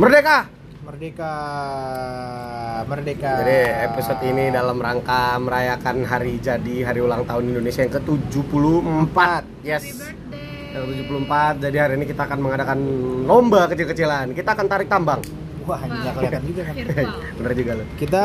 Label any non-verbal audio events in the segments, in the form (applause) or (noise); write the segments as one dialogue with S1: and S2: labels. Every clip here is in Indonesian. S1: Merdeka.
S2: Merdeka, merdeka.
S1: Jadi episode ini dalam rangka merayakan hari jadi hari ulang tahun Indonesia yang ke-74. Yes. Yang ke-74. Jadi hari ini kita akan mengadakan lomba kecil-kecilan. Kita akan tarik tambang.
S2: Wah, nggak kelihatan juga kan.
S1: (laughs) Bener juga lu.
S2: Kita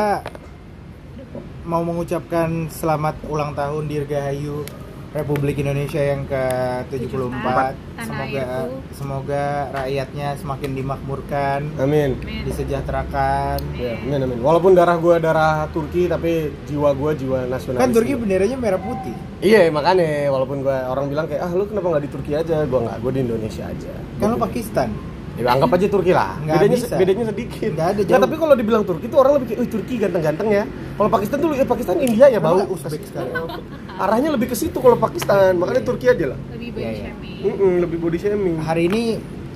S2: mau mengucapkan selamat ulang tahun Dirgahayu Republik Indonesia yang ke-74.
S3: Tanah
S2: Semoga
S3: airku.
S2: semoga rakyatnya semakin dimakmurkan,
S1: Amin.
S2: Iya, disejahterakan.
S1: Ya, amin amin. Walaupun darah gua darah Turki tapi jiwa gua jiwa nasionalis.
S2: Kan Turki benderanya merah putih.
S1: Iya makanya walaupun gua orang bilang kayak ah lu kenapa nggak di Turki aja? Gua nggak, gua di Indonesia aja. Gitu.
S2: Kan lu Pakistan.
S1: Ya, anggap aja Turki lah.
S2: Nggak
S1: bedanya
S2: bisa.
S1: bedanya sedikit.
S2: Nggak ada,
S1: Nah,
S2: jauh.
S1: tapi kalau dibilang Turki itu orang lebih kayak, "Wih, Turki ganteng-ganteng ya." Kalau Pakistan tuh ya Pakistan India ya
S2: Kenapa
S1: bau.
S2: nggak Uzbek sekarang.
S1: (laughs) Arahnya lebih ke situ kalau Pakistan. Makanya Turki aja lah.
S3: lebih
S2: Iya,
S3: body
S2: iya.
S3: shaming
S1: Mm-mm, lebih body shaming.
S2: Hari ini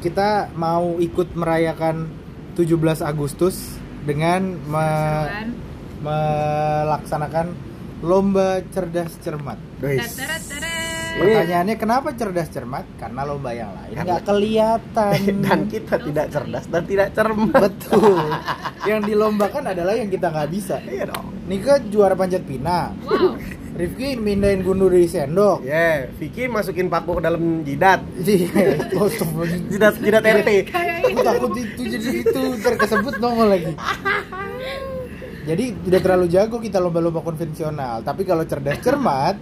S2: kita mau ikut merayakan 17 Agustus dengan me-
S3: Serban.
S2: melaksanakan lomba cerdas cermat.
S1: Guys.
S3: Tadadadadad.
S1: Ini-
S2: Pertanyaannya kenapa cerdas cermat? Karena lomba yang lain
S1: Karena-
S2: nggak kelihatan.
S1: (laughs) Dan kita tidak cerdas dan tidak cermat. (laughs)
S2: betul. yang dilombakan adalah yang kita nggak bisa.
S1: Iya dong.
S2: Nika juara panjat pinang. (laughs)
S3: wow
S2: Rifki mindahin gundu dari sendok.
S1: Ya, Vicky masukin paku ke dalam jidat.
S2: Iya, itu astagfirullahaladzim.
S1: Jidat jidat RT.
S2: Iya,
S3: kayaknya
S2: Aku takut itu jadi itu ntar kesebut nongol lagi. Jadi tidak terlalu jago kita lomba-lomba konvensional, tapi kalau cerdas cermat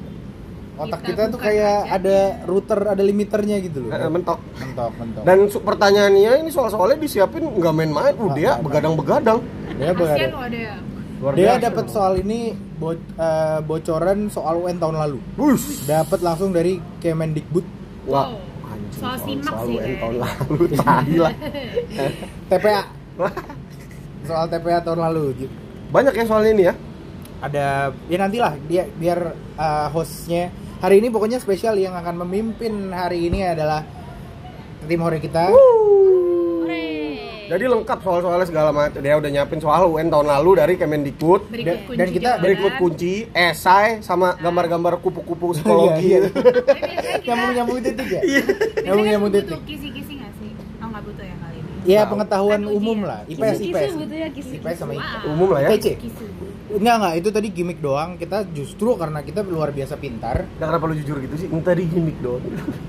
S2: otak kita,
S3: Kita
S2: tuh
S3: bukan
S2: kayak
S3: aja.
S2: ada router, ada limiternya gitu loh.
S1: Eh, mentok.
S2: Mentok, mentok.
S1: Dan su- pertanyaannya ini soal-soalnya disiapin nggak main-main. Uh, dia
S2: Nggak,
S1: begadang-begadang.
S2: dia
S3: kasian
S2: berada-
S3: loh ada yang
S1: Luar
S2: Dia
S1: biasa.
S2: dapat soal ini bo- eh, bocoran soal UN tahun lalu.
S1: Bus.
S2: Dapat langsung dari Kemendikbud.
S1: Wah,
S3: Wow.
S1: anjing,
S3: Soal simak
S1: soal
S3: sih
S1: UN
S3: kayaknya.
S1: tahun lalu tai lah.
S2: TPA.
S1: Wah.
S2: Soal TPA tahun lalu. gitu.
S1: Banyak ya soalnya ini ya.
S2: ada ya nantilah dia biar uh, hostnya hari ini pokoknya spesial yang akan memimpin hari ini adalah tim hore kita
S3: Hore.
S1: Jadi lengkap soal-soalnya segala macam. Dia udah nyiapin soal UN tahun lalu dari Kemendikbud.
S3: berikut
S2: dan-
S3: kunci
S2: dan kita-
S3: jawaban.
S1: Berikut kunci, esai sama gambar-gambar kupu-kupu (laughs) psikologi.
S2: Iya, iya. (laughs)
S3: Tapi biasanya kita
S2: nyambung nyambung titik
S1: (laughs)
S2: ya
S1: Iya.
S2: nyambung
S3: biasanya
S2: nyambung
S3: butuh
S1: Kan
S2: titik
S3: kisi-kisi nggak sih oh nggak butuh ya kali ini
S2: ya
S1: Tahu.
S2: pengetahuan
S3: Kan ujian.
S2: umum lah IPS IPS
S1: gitu
S3: butuh ya kisi
S2: IPS sama IPA.
S1: Umum lah ya.
S2: IPC
S3: kisi
S2: enggak enggak itu tadi gimmick doang kita justru karena kita luar biasa pintar (laughs)
S1: Nah, kenapa lu jujur gitu sih? Ini tadi gimmick doang.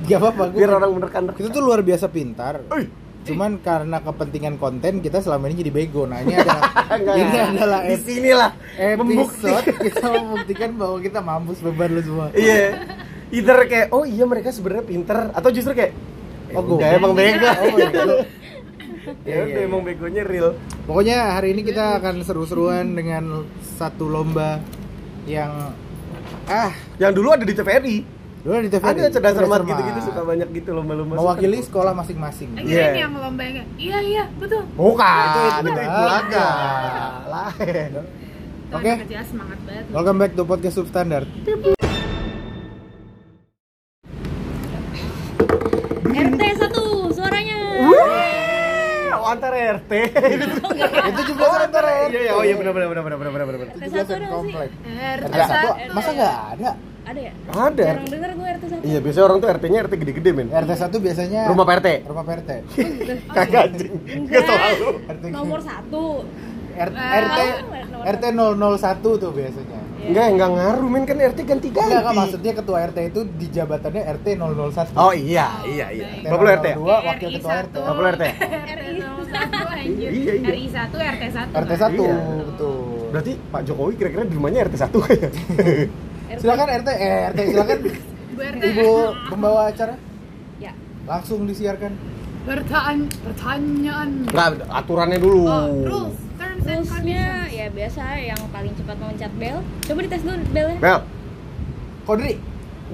S2: gak apa-apa gua-
S1: Biar orang menerkan.
S2: (laughs) kita tuh luar biasa pintar
S1: Oi.
S2: cuman karena kepentingan konten kita selama ini jadi bego nah ini adalah
S1: (laughs) Enggak.
S2: ini adalah
S1: eh, ya? di sinilah
S2: episode
S1: membuktikan.
S2: (laughs) kita membuktikan bahwa kita mampus beban lu semua.
S1: Iya. Either kayak oh iya mereka sebenarnya pinter atau justru kayak eh,
S2: Oh,
S1: udah
S2: goblok.
S1: emang bego.
S2: Oh, begitu.
S1: ya
S2: Iya,
S1: udah
S2: iya,
S1: emang begonya real.
S2: (laughs) Pokoknya hari ini kita akan seru-seruan dengan satu lomba yang ah
S1: Yang dulu ada di TVRI.
S2: dulu di TV
S1: Ada cerdas cermat gitu-gitu suka banyak gitu lomba-lomba.
S2: mewakili
S1: suka.
S2: sekolah masing-masing.
S3: Akhirnya
S1: Iya.
S3: ini Eh, yang lomba yang kayak, iya iya betul
S1: Bukan,
S2: Itu- itu
S1: itu itu
S2: laga.
S1: laga. Lain.
S3: Tuh,
S2: Oke.
S3: anak kerja semangat banget
S2: Welcome back to podcast substandard.
S1: (laughs)
S3: RT 1 suaranya
S1: Wah, antar RT.
S2: Itu juga Oh, antar RT.
S1: Iya, iya, oh iya benar benar benar benar benar benar.
S2: Itu
S3: RT
S2: juga
S3: 1
S2: satu komplek.
S3: RT
S2: Ada satu,
S3: 1
S2: masa nggak ada?
S3: ada ya
S1: Ada.
S3: jarang denger gue RT 1
S1: Iya, biasanya orang tuh RT-nya RT gede-gede, men.
S2: RT 1 biasanya
S1: Rumah PRT.
S2: rumah PRT.
S1: (laughs) Kagak anjing. Enggak selalu.
S2: RT
S3: nomor satu
S2: R-
S3: Ah,
S2: RT
S3: nomor
S2: RT 001 tuh biasanya.
S4: Iya.
S1: Enggak, enggak ngaruh, men. Kan RT ganti-ganti.
S2: Enggak, maksudnya ketua RT itu di jabatannya RT 001.
S1: Oh iya, iya, iya.
S3: Baik.
S1: Bapak lu RT ya?
S2: Dua, wakil ketua RT.
S1: Nggak perlu
S3: (laughs)
S1: RT.
S3: RI 1 anjir.
S1: Iya, iya.
S3: RI 1 RT 1.
S2: RT 1
S1: Iya.
S2: betul.
S1: Berarti Pak Jokowi kira-kira di rumahnya RT 1 ya?
S2: silakan RT eh RT
S3: (laughs)
S2: silakan
S3: Gue RT.
S2: Ibu pembawa acara
S3: Ya.
S2: langsung disiarkan.
S3: (laughs) Pertanyaan pertanyaan.
S1: Enggak, aturannya dulu.
S3: Oh, rules, terms and
S4: Terusnya
S3: conditions.
S4: ya biasa yang paling cepat loncat bel. Coba dites dulu belnya.
S1: Bel.
S2: Kodri.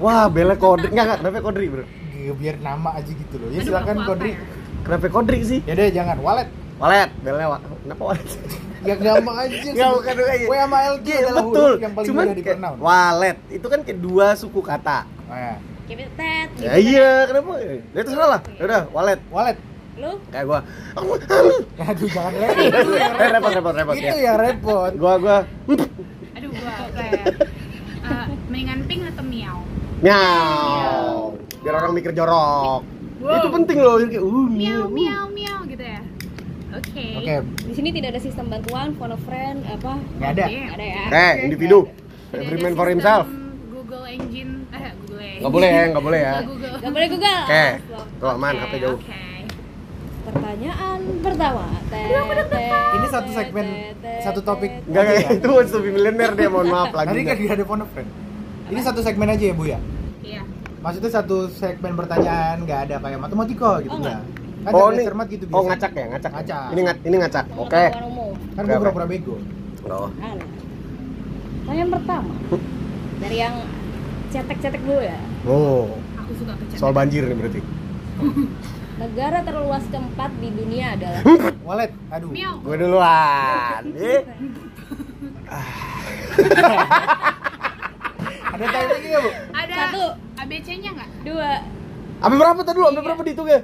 S1: Wah, belnya kodri. Enggak, enggak. Kenapa kodri, bro?
S2: Gih, Biar nama aja gitu loh. Ya
S3: Aduh,
S2: silakan
S3: aku apa
S2: Kodri.
S3: ya?
S1: Kenapa kodri sih?
S2: Ya deh jangan walet.
S1: Walet, belnya wa- Kenapa walet?
S3: (laughs)
S2: Yang gampang aja.
S1: Enggak, Ya, bukan kayak
S2: W sama LG adalah
S1: Iya, Betul.
S2: huruf yang paling
S1: Cuman
S2: mudah di
S1: kayak
S2: pronoun.
S1: walet itu kan kayak dua suku kata.
S2: Nah,
S4: Kayak tet.
S1: Ya iya, kenapa? Ya itu salah. Ya udah, walet.
S2: walet. (laughs)
S4: Lu
S1: Kayak gua.
S2: Aduh jangan repot.
S3: (laughs) ya.
S1: Eh,
S2: Gitu
S1: repot repot repot
S2: Itu
S1: ya.
S2: yang repot.
S1: Gua gua
S3: Aduh, gua kayak ya? eh, Mendingan pink atau miau?
S1: Miau. Biar orang mikir jorok.
S3: Wow.
S1: Itu penting loh. Jadi kayak, uh, miau.
S3: Miau, miau, miau gitu ya. Oke.
S2: Oke,
S4: Di sini tidak ada sistem bantuan, phone a friend, apa?
S2: nggak ada.
S3: Iya.
S4: Nggak ada ya.
S1: Eh, individu.
S3: Tidak
S1: Every
S3: ada
S1: man for
S3: sistem
S1: himself.
S3: Google engine eh Google. Engine.
S1: Gak boleh ya, gak boleh ya.
S3: Nggak Google.
S4: Gak boleh Google.
S1: Oke,
S4: Stop.
S1: tuh aman,
S3: Oke,
S1: HP jauh.
S3: Oke.
S4: Pertanyaan pertama.
S2: Ini satu segmen, satu topik. ya.
S1: Enggak, enggak, itu wants to be millionaire dia, mohon maaf lagi. Oh,
S2: Tadi kan dia ada phone a friend. Ini satu segmen aja ya bu ya.
S3: Iya.
S2: Maksudnya satu segmen pertanyaan nggak ada kayak matematika gitu
S4: Oh,
S2: nggak? Kan
S1: Oh,
S2: cerdas
S1: ini,
S2: cermat gitu
S1: oh
S2: biasanya.
S1: ngacak ya, ngacak. ya?
S2: Ngacak.
S1: Ini, ngat, ini ngacak, oke.
S2: Kan gue
S1: Berapa?
S2: pura-pura bego.
S1: Oh.
S4: Aneh. Pertanyaan pertama. Dari yang cetek-cetek dulu ya.
S1: oh,
S3: Aku suka pecah.
S1: soal banjir nih berarti.
S4: Negara terluas keempat di dunia adalah
S2: Walet, aduh.
S3: Miau.
S1: Gue duluan. Eh,
S2: Ada tanya lagi nggak bu?
S3: Ada
S4: Satu.
S3: ABC-nya nggak?
S4: dua,
S1: sampai berapa tadi dulu? Sampai berapa dihitungnya?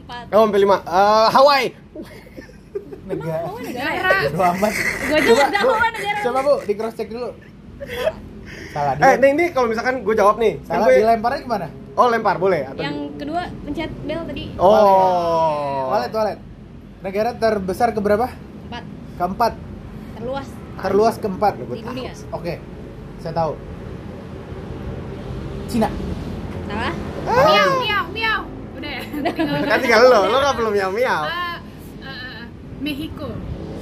S4: empat.
S1: Oh, sampai lima. Eh, Hawaii.
S2: Negara.
S4: Oh, negara. ya?
S3: Negara.
S2: Aduh amat.
S4: Gua aja nggak tahu ah, negara.
S2: Coba bu, di cross check dulu. Salah
S1: Eh,
S2: dulu.
S1: nih, ini kalau misalkan gue jawab nih. kan
S2: Salah
S1: gue-
S2: dilemparnya gimana?
S1: Oh, lempar boleh atau
S4: Yang kedua pencet bel tadi.
S1: Oh.
S2: Walet, walet. Negara terbesar keberapa?
S4: Empat.
S2: Keempat.
S4: Terluas
S2: Terluas keempat.
S1: Gue
S4: di dunia.
S1: takut.
S2: Oke, saya tahu.
S4: (laughs)
S2: Cina.
S4: Salah.
S3: Miau, miau, miau. Udah
S4: (laughs)
S3: ya. Tinggal-
S1: Kan tinggal lo, lo kan belum yang miau.
S3: Eh, eh, Mexico.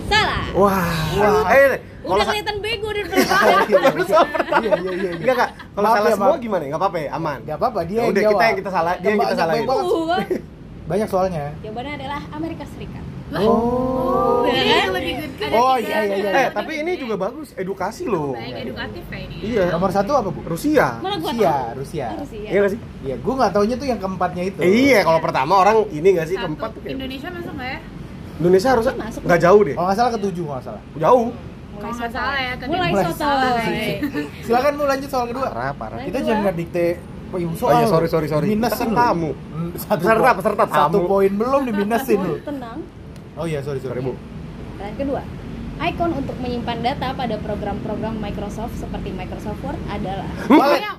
S4: Salah.
S1: Wah.
S2: Wah.
S1: Eh, kalau
S4: Udah
S1: sa-
S4: kelihatan bego dari pertanyaan.
S2: Iya, iya, iya.
S1: enggak enggak. Kalau
S2: Maaf
S1: salah
S2: ya,
S1: semua
S2: maaf.
S1: gimana? Enggak apa-apa ya, aman.
S2: Gak apa-apa, dia
S1: Ya
S2: yang
S1: udah,
S2: jawab.
S1: kita yang kita salah, dia yang kita
S2: Banyak-
S1: salahin.
S2: banyak banget.
S4: Gua.
S2: Banyak soalnya.
S4: Uh. Jawabannya adalah Amerika Serikat.
S2: Oh.
S4: Iya
S3: Ini
S4: kan?
S3: lebih good. Ada
S2: Oh,
S3: tiga.
S2: iya, iya, iya.
S1: Eh, tapi ini juga bagus, edukasi loh.
S3: Baik edukatif ya ini.
S1: Iya.
S2: Nomor satu apa bu?
S1: Ah, Rusia.
S4: Malah gua
S2: Rusia,
S4: tahu.
S2: Rusia.
S4: Oh, Rusia.
S1: Iya nggak sih?
S2: Iya, gue nggak taunya tuh yang keempatnya itu.
S1: Eh, iya, kalau pertama orang ini nggak sih
S3: Satu.
S1: keempat tuh kayak-
S3: Indonesia masuk nggak ya?
S1: Indonesia harusnya
S4: Ini masuk.
S1: nggak jauh deh.
S2: Kalau nggak salah ketujuh kalau nggak salah.
S1: Jauh.
S3: Kalau
S4: Mulai
S3: nggak
S4: sotoy.
S3: salah ya tadi.
S4: Mulai
S2: Mulai
S4: sotoy.
S2: Silakan bu lanjut soal kedua.
S1: Parah, parah.
S2: Kita jangan nggak dikte oh,
S1: Oh iya, sorry, sorry, sorry.
S2: Minusin
S1: Peserta tamu.
S2: Hmm, Satu
S1: Peserta-
S2: po-
S1: peserta
S2: Satu
S1: tamu.
S2: poin belum diminusin lu.
S4: Oh, Tenang.
S2: Oh iya, sorry, sorry.
S1: Sorry, Bu.
S4: Dan kedua, ikon untuk menyimpan data pada program-program Microsoft seperti Microsoft Word adalah
S2: Walet,
S3: Miau.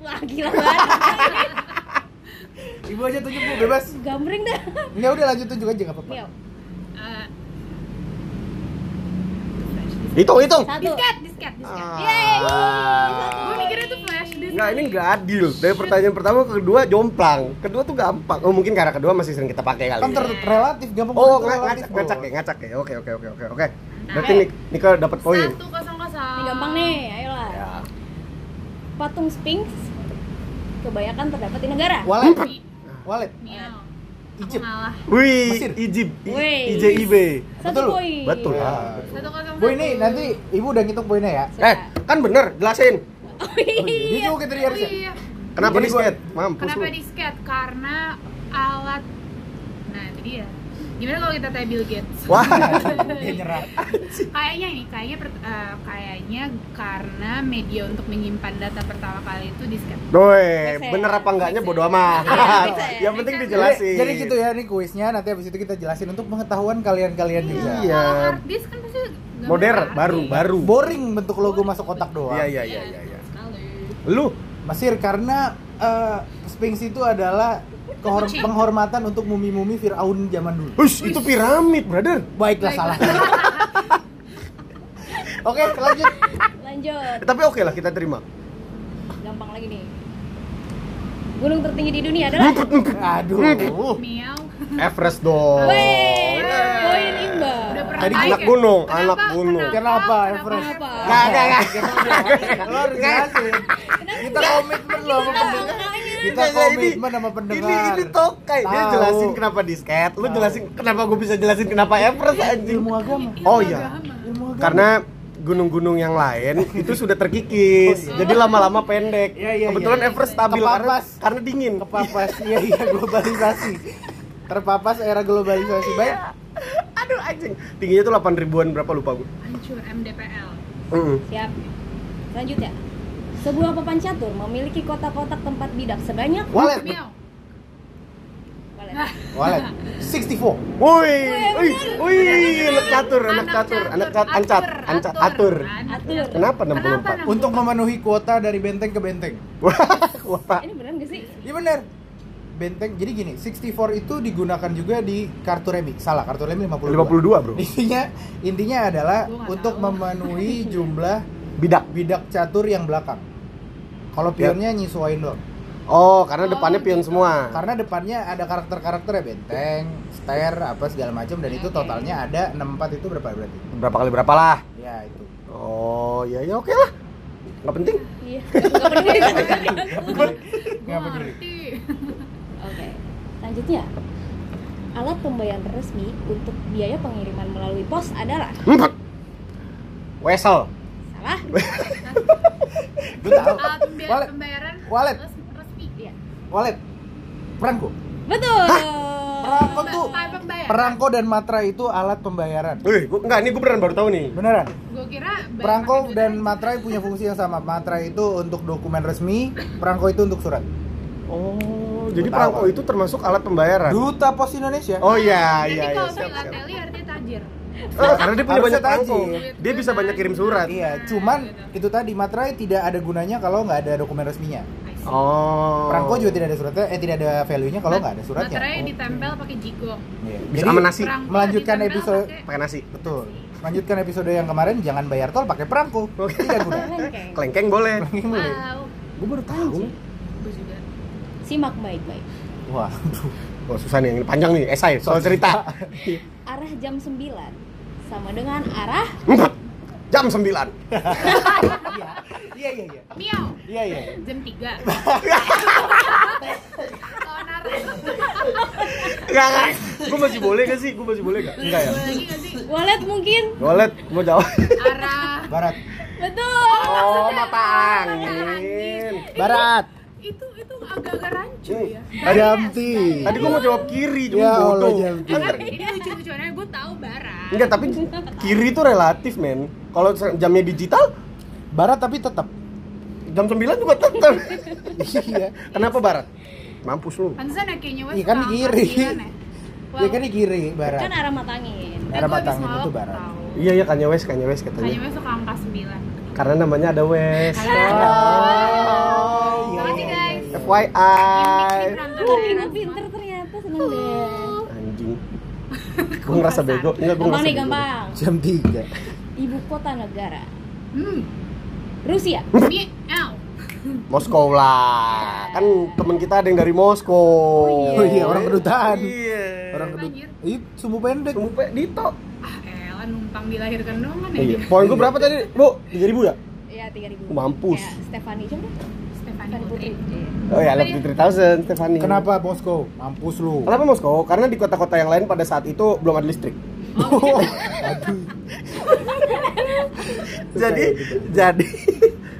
S4: Wah gila banget,
S2: ibu aja tunjuk bu, bebas.
S4: gambreng dah
S2: Ya udah lanjut tunjuk aja nggak apa-apa.
S4: Miau,
S3: Eh,
S1: Hitung, hitung.
S4: satu
S3: disket, disket, disket. iya.
S1: Ah.
S3: Gue mikirnya tuh flash disk.
S1: Enggak, ini nggak adil. Dari pertanyaan pertama ke kedua jomplang. Kedua tuh gampang. Oh, mungkin karena kedua masih sering kita pakai kali.
S2: Kan
S1: ya.
S2: ter relatif gampang
S1: Oh,
S2: banget
S1: nga-
S2: relatif,
S1: ngacak,
S2: Bu.
S1: ngacak ya, ngacak ya. Oke, oke, oke, oke, oke. Berarti
S4: Oke.
S1: Nik Nika dapat poin.
S3: Nah, eh, Satu kosong kosong.
S4: Ini gampang nih, ayolah
S1: Ya.
S4: Patung Sphinx kebanyakan terdapat di negara
S2: Walet, walet,
S3: Miau. Aku
S2: Ijep.
S3: ngalah.
S1: Wih,
S2: Mesir.
S1: Ijib,
S4: Wih.
S1: I- IJIB.
S4: Satu
S2: betul.
S4: poin
S1: Betul lah.
S2: Ya.
S3: Satu kosong
S2: Bu ini
S3: satu.
S2: nanti ibu udah ngitung poinnya ya.
S4: Sudah.
S1: Eh, kan bener, jelasin.
S4: Oh
S2: Oh, iya. Dia
S4: iya
S2: juga kita
S3: Oh
S2: harusnya.
S3: iya.
S1: Kenapa
S2: Jadi
S1: di skate?
S2: gua-
S1: Mampus
S3: Kenapa
S1: lu.
S3: disket? Karena alat. Nah itu dia. Gimana kalau kita tanya Bill Gates?
S1: Wah,
S2: (laughs) Dia
S1: (laughs)
S2: nyerah.
S3: Kayaknya ini, kayaknya per- eh, kayaknya karena media untuk menyimpan data pertama kali itu kan? disket.
S1: doi,
S4: Makes
S1: bener
S4: sense.
S1: apa enggaknya
S4: Makes
S1: bodo
S4: sense.
S1: amat.
S4: Makes sense.
S1: (laughs) Yang penting
S3: Jadi-
S1: dijelasin.
S2: Jadi, jadi gitu ya ini kuisnya nanti habis itu kita jelasin untuk pengetahuan kalian-kalian juga.
S1: Iya.
S3: Kalau hard disk kan pasti gambar
S1: Modern,
S3: lagi.
S1: baru, baru.
S2: Boring bentuk logo masuk kotak doang.
S1: Iya, iya, iya, iya, iya.
S3: Sekali.
S1: Lu
S2: Mesir karena eh, Sphinx itu adalah kehor- penghormatan untuk mumi-mumi Firaun zaman dulu.
S1: Hush, itu piramid, brother.
S2: Baiklah salah.
S3: gitu.
S2: Oke, lanjut.
S4: Lanjut,
S1: Eh, Tapi oke lah kita terima.
S4: gampang lagi nih Gunung tertinggi di dunia adalah
S2: Aduh.
S3: Miau.
S1: Everest dong.
S4: Weh,
S1: Yeay.
S4: poin imbang
S3: Udah pernah
S1: Tadi
S3: naik
S1: anak
S3: ya?
S1: gunung,
S3: Kenapa-
S1: anak gunung.
S2: Kenapa, Everest?
S3: Everest?
S4: Kenapa?
S1: Enggak, enggak, enggak.
S2: Lo harus jelasin. Kita komitmen loh sama pendengar. Kita
S1: Enggak, enggak, ini-
S2: komitmen sama pendengar.
S1: Ini ini tokai. Dia
S2: Tahu.
S1: jelasin kenapa disket, lu
S2: Tahu.
S1: jelasin kenapa gue bisa jelasin kenapa Everest anjing.
S2: Iya, Ilmu agama.
S1: Oh iya.
S2: Ilmu agama.
S1: Karena gunung-gunung yang lain itu sudah terkikis.
S2: Oh, iya.
S1: Jadi lama-lama pendek.
S2: Iya, iya,
S1: Kebetulan
S2: iya.
S1: Everest stabil karena,
S2: Kepapas.
S1: karena dingin.
S2: kepapas iya iya globalisasi. Terpapas era globalisasi. Baik.
S1: Aduh anjing. Tingginya tuh 8 ribuan berapa lupa gue.
S3: Hancur MDPL.
S1: Mm-mm.
S4: Siap Lanjut ya sebuah papan
S1: Eh,
S4: catur memiliki kotak-kotak tempat bidak sebanyak
S2: Walet.
S3: Miau.
S4: Boleh.
S2: Walek. 64.
S1: Woi, woi,
S4: Wih,
S1: woi, anak catur, anak catur, anak catur, ancat, ancat, atur.
S4: Atur.
S1: Kenapa
S3: Kenapa
S1: 64?
S3: 64?
S2: Untuk memenuhi kuota dari benteng ke benteng.
S1: Wah,
S4: Ini beneran gak sih?
S2: Iya bener. Benteng. Jadi gini, 64 itu digunakan juga di kartu remi. Salah, kartu remi 52.
S1: 52 bro,
S2: Intinya intinya adalah
S3: Gua nggak
S2: untuk
S3: tahu.
S2: memenuhi jumlah
S1: bidak.
S2: bidak catur yang belakang. Kalau pionnya nyesuaiin doang.
S1: Oh, karena depannya
S3: Oh,
S1: pion
S3: gitu.
S1: semua.
S2: Karena depannya ada karakter-karakter ya benteng, stair, apa segala macam dan itu
S3: Oke.
S2: totalnya ada 64 itu berapa berarti?
S1: Berapa kali berapa lah?
S2: Ya itu.
S1: Oh, ya ya oke lah. Nggak penting.
S4: Iya. (laughs) Gak peduli.
S3: Gua
S2: Nggak peduli.
S3: ngerti.
S4: Oke. Lanjutnya. Alat pembayaran resmi untuk biaya pengiriman melalui pos adalah
S1: Empat. Wesel.
S4: salah.
S2: Gue tahu.
S3: Ah, pembiayar-
S2: Wallet.
S3: Pembayaran
S2: Wallet.
S3: res- resmi. ya.
S4: Iya.
S2: Walet. Perangko.
S4: Betul.
S2: Perangko tuh.
S3: Pemba- pembayaran.
S2: Perangko dan matra itu alat pembayaran.
S1: Wih, gua enggak nih gua beneran baru tahu nih.
S2: Beneran?
S3: Gua kira bayar pakai
S2: Perangko
S3: duit
S2: dan
S3: aja.
S2: materai punya fungsi yang sama. Materai itu untuk dokumen resmi, perangko itu untuk surat.
S1: Oh, jadi
S2: Gua tahu,
S1: perangko
S2: Pak.
S1: itu termasuk alat pembayaran.
S2: Duta Pos Indonesia.
S1: Oh iya,
S3: Jadi
S1: iya, iya.
S3: kalau
S1: siap, siap.
S3: filateli artinya tajir.
S1: Eh, karena dia punya
S2: Harusnya
S1: banyak perangko.
S2: tajir.
S1: Dia bisa banyak kirim surat.
S2: Iya, cuman itu tadi materai tidak ada gunanya kalau nggak ada dokumen resminya.
S3: I see.
S1: Oh.
S2: Perangko juga tidak ada suratnya, eh tidak ada value-nya kalau nggak ada suratnya.
S3: Materai
S2: Oh.
S3: ditempel pakai jigong.
S2: Iya.
S1: Bisa
S2: Jadi
S1: sama nasi.
S3: Perangko
S2: melanjutkan
S3: ditempel
S2: episode-
S3: pakai-
S1: Pakai nasi.
S2: betul. Lanjutkan episode yang kemarin jangan bayar tol pakai perangko. Iya, Tidak guna.
S4: Lengkeng.
S1: Kelengkeng boleh.
S2: Boleh.
S3: Wow,
S1: Gue baru tahu.
S3: gua juga.
S4: Simak baik-baik.
S2: Wah,
S1: Wah, Oh, susah nih yang ini panjang nih esai soal cerita.
S4: Arah jam 9 sama dengan arah
S1: Empat. Jam (laughs) 9.
S2: iya iya iya.
S3: Miau.
S2: Iya iya.
S3: Jam
S2: (laughs)
S3: 3. Kalau naruh.
S1: Enggak, enggak. Gue masih boleh gak sih? Gue masih boleh gak? Enggak ya?
S3: Gua lagi nggak sih?
S4: wallet mungkin.
S1: Golet, mau jawab.
S3: Arah
S2: Barat.
S4: Betul.
S1: Oh, mata
S3: Mata
S1: angin.
S3: angin.
S2: Barat.
S3: itu itu agak-agak rancu ya.
S2: Jamti.
S1: Tadi gue mau jawab kiri, cuma
S2: Ya Allah,
S1: bodoh.
S2: Jampi.
S3: Karena ini lucu-lucuannya gue tahu barat.
S1: Enggak, tapi kiri itu relatif, men. Kalau ser- jamnya digital,
S2: Barat tapi tetap.
S1: jam 9 juga tetap.
S2: Iya.
S1: (laughs) Kenapa barat? Mampus lu.
S3: Pantesan ya kayaknya Wes
S2: Iya kan
S3: kurang
S2: kiri.
S3: penampilan ya. Wow.
S2: Ya kan di kiri barat.
S4: Kan arah mata angin.
S3: Eh,
S2: arah
S3: gua
S2: batang
S3: habis
S2: itu
S3: mabok
S2: barat.
S3: tahu.
S1: Iya ya Kanye West, Kanye West
S3: Kayaknya
S1: katanya.
S3: Wes suka angka 9.
S1: Karena namanya ada West.
S2: Oh,
S3: Terima kasih, guys.
S1: FYI.
S4: Wah, Ina pinter ternyata senang deh.
S1: Anjing. Gue ngerasa bego. Enggak, gue
S4: Gampang
S1: ngerasa
S4: nih
S1: bego.
S4: gampang.
S2: Jam 3.
S4: Ibu kota negara
S3: Hmm.
S4: Rusia.
S3: Miau.
S1: Moskow lah. Kan temen kita ada yang dari Moskow.
S2: Oh iya, orang kedutaan.
S1: Iya.
S2: Orang kedua.
S3: Anjir.
S2: Ih, sumbu pendek.
S1: Sumpah, Dito.
S3: Ah, elah numpang dilahirkan doang ya.
S1: Iya.
S3: dia.
S1: Poin gue berapa tadi, Bu? 3000 ya?
S4: Ya 3000.
S1: Mampus.
S4: Ya, Stefani coba.
S3: Stefani
S4: Stefani
S3: Putri.
S4: Putri.
S1: Oh ya, lebih 3000, Stefani.
S2: Kenapa Moskow? Mampus lu.
S1: Kenapa Moskow? Karena di kota-kota yang lain pada saat itu belum ada listrik.
S2: Aduh. ya, gitu.
S1: jadi jadi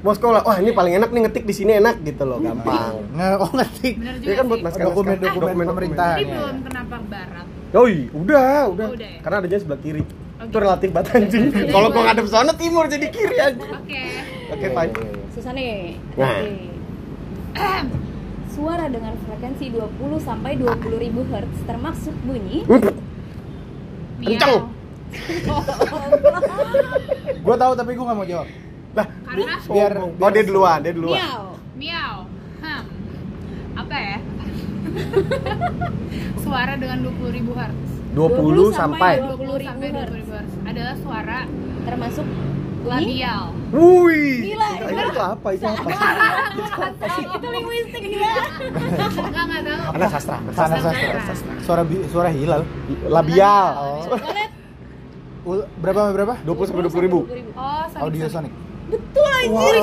S1: Moskow lah. Wah, ini paling enak nih ngetik di sini enak gitu loh, gampang.
S2: Nggak, oh ngetik.
S3: Bener juga.
S1: Dia kan buat ya.
S3: sih.
S1: mas
S2: Dokumen-dokumen pemerintahan.
S3: Tapi
S2: Iya,
S3: belum
S2: iya.
S3: kenapa barat.
S1: Yoi, udah, udah.
S3: Oh, udah ya?
S1: Karena adanya sebelah kiri.
S3: Oh,
S1: Itu
S3: gitu.
S1: relatif
S3: (laughs)
S1: banget anjing.
S3: Jadi
S1: Kalau gua
S3: gua-
S1: ngadep sana timur jadi kiri aja.
S3: Oke.
S1: Oke,
S2: Iya,
S1: fine.
S2: iya, iya.
S4: Susah nih.
S1: Nah.
S4: ya? Oke. Suara dengan frekuensi 20 sampai 20.000 Hz termasuk bunyi (laughs)
S3: Miau.
S1: Kenceng.
S2: Gua tahu tapi gua nggak mau jawab.
S1: Lah,
S3: Karena
S2: Biar-
S1: oh dia duluan, dia
S3: Iya.
S1: duluan.
S4: miau.
S3: miau. Hmm. Apa ya? (laughs) Suara dengan 20.000 ribu hertz.
S1: 20 sampai.
S4: 20.000
S3: sampai 20.000 hertz adalah suara
S4: Termasuk bunyi.
S3: labial.
S1: Wih.
S4: Gila,
S1: Itu-
S4: gila.
S1: Itu apa? Itu apa?
S4: Itu linguistik gila.
S3: Enggak enggak tahu.
S1: Anak sastra.
S2: Sana
S3: Sana
S2: sastra.
S3: sastra.
S2: Suara bi- suara hilal.
S1: Labial.
S4: Walet.
S2: U- Berapa berapa?
S1: 20 sampai 20 ribu.
S3: Oh, sorry,
S2: Audio
S3: sorry.
S2: Sonic.
S4: Betul anjir.